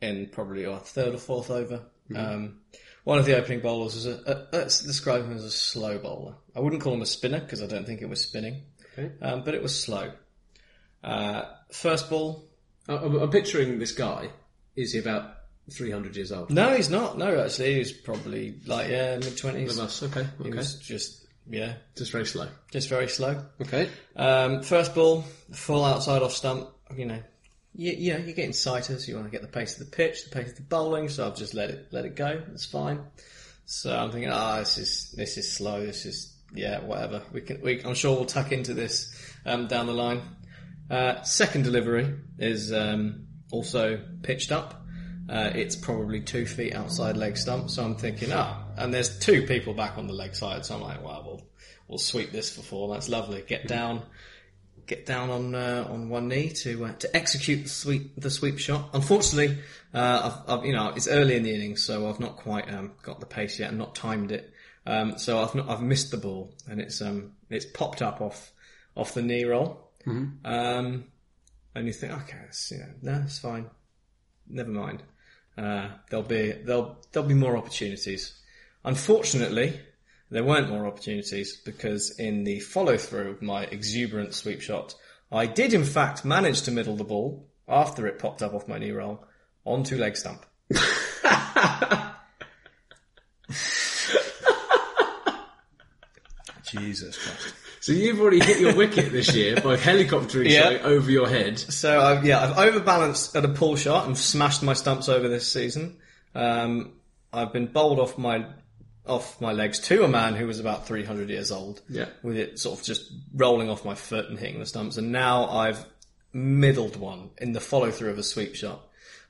in probably our third or fourth over. Mm-hmm. Um, one of the opening bowlers was a, a, let's describe him as a slow bowler. I wouldn't call him a spinner because I don't think it was spinning, Okay. um, but it was slow. Uh, first ball, I- I'm I'm picturing this guy. Is he about 300 years old? No, he's not. No, actually, he was probably like yeah, mid twenties. One of us. Okay. He Okay. was just yeah, Just very slow. just very slow. Okay. Um, first ball, full outside off stump. You know, you, you know, you're getting sighters. You want to get the pace of the pitch, the pace of the bowling. So I've just let it let it go. It's fine. So I'm thinking, ah, this is this is slow. This is yeah, whatever. We can. We, I'm sure we'll tuck into this um, down the line. Uh, second delivery is um, also pitched up. Uh, it's probably two feet outside leg stump, so I'm thinking, ah, and there's two people back on the leg side, so I'm like, wow, we'll, we'll sweep this for four. That's lovely. Get down, get down on uh, on one knee to uh, to execute the sweep the sweep shot. Unfortunately, uh, I've, I've you know it's early in the innings, so I've not quite um, got the pace yet and not timed it. Um, so I've not, I've missed the ball and it's um it's popped up off off the knee roll. Um, and you think, okay, it's, you know, no, it's fine. Never mind. Uh, there'll be there'll there'll be more opportunities. Unfortunately, there weren't more opportunities because in the follow through of my exuberant sweep shot, I did in fact manage to middle the ball after it popped up off my knee roll onto leg stump. Jesus Christ. So you've already hit your wicket this year by helicoptering Yeah. straight over your head. So I've, yeah, I've overbalanced at a pull shot and smashed my stumps over this season. Um, I've been bowled off my off my legs to a man who was about 300 years old. Yeah. with it sort of just rolling off my foot and hitting the stumps. And now I've middled one in the follow through of a sweep shot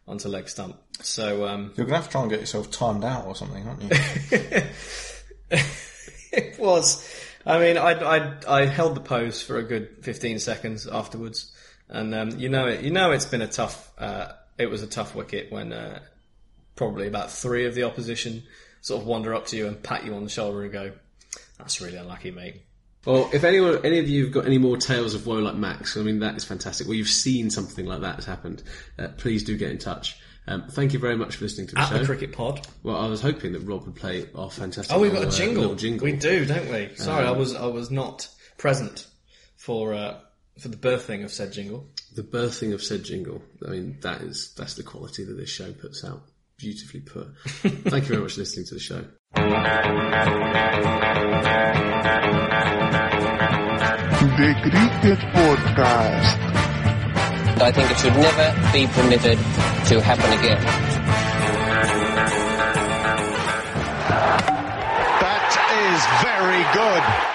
onto leg stump. So um, You're going to have to try and get yourself timed out or something, aren't you? it was. I mean, I, I, I held the pose for a good 15 seconds afterwards, and um, you know it. You know it's been a tough. Uh, it was a tough wicket when uh, probably about three of the opposition sort of wander up to you and pat you on the shoulder and go, "That's really unlucky, mate." Well, if anyone, any of you have got any more tales of woe like Max, I mean, that is fantastic. Well, you've seen something like that has happened. Uh, please do get in touch. Um, thank you very much for listening to the At show. the cricket pod. well, I was hoping that Rob would play our fantastic. Oh, we've got little, a uh, jingle. little jingle. Um, We do, don't we? Sorry, I was I was not present for uh, for the birthing of said jingle. the birthing of said jingle. I mean, that is that's the quality that this show puts out. Beautifully put. Thank you very much for listening to the show. The Cricket Podcast. I think it should never be permitted to happen again. That is very good.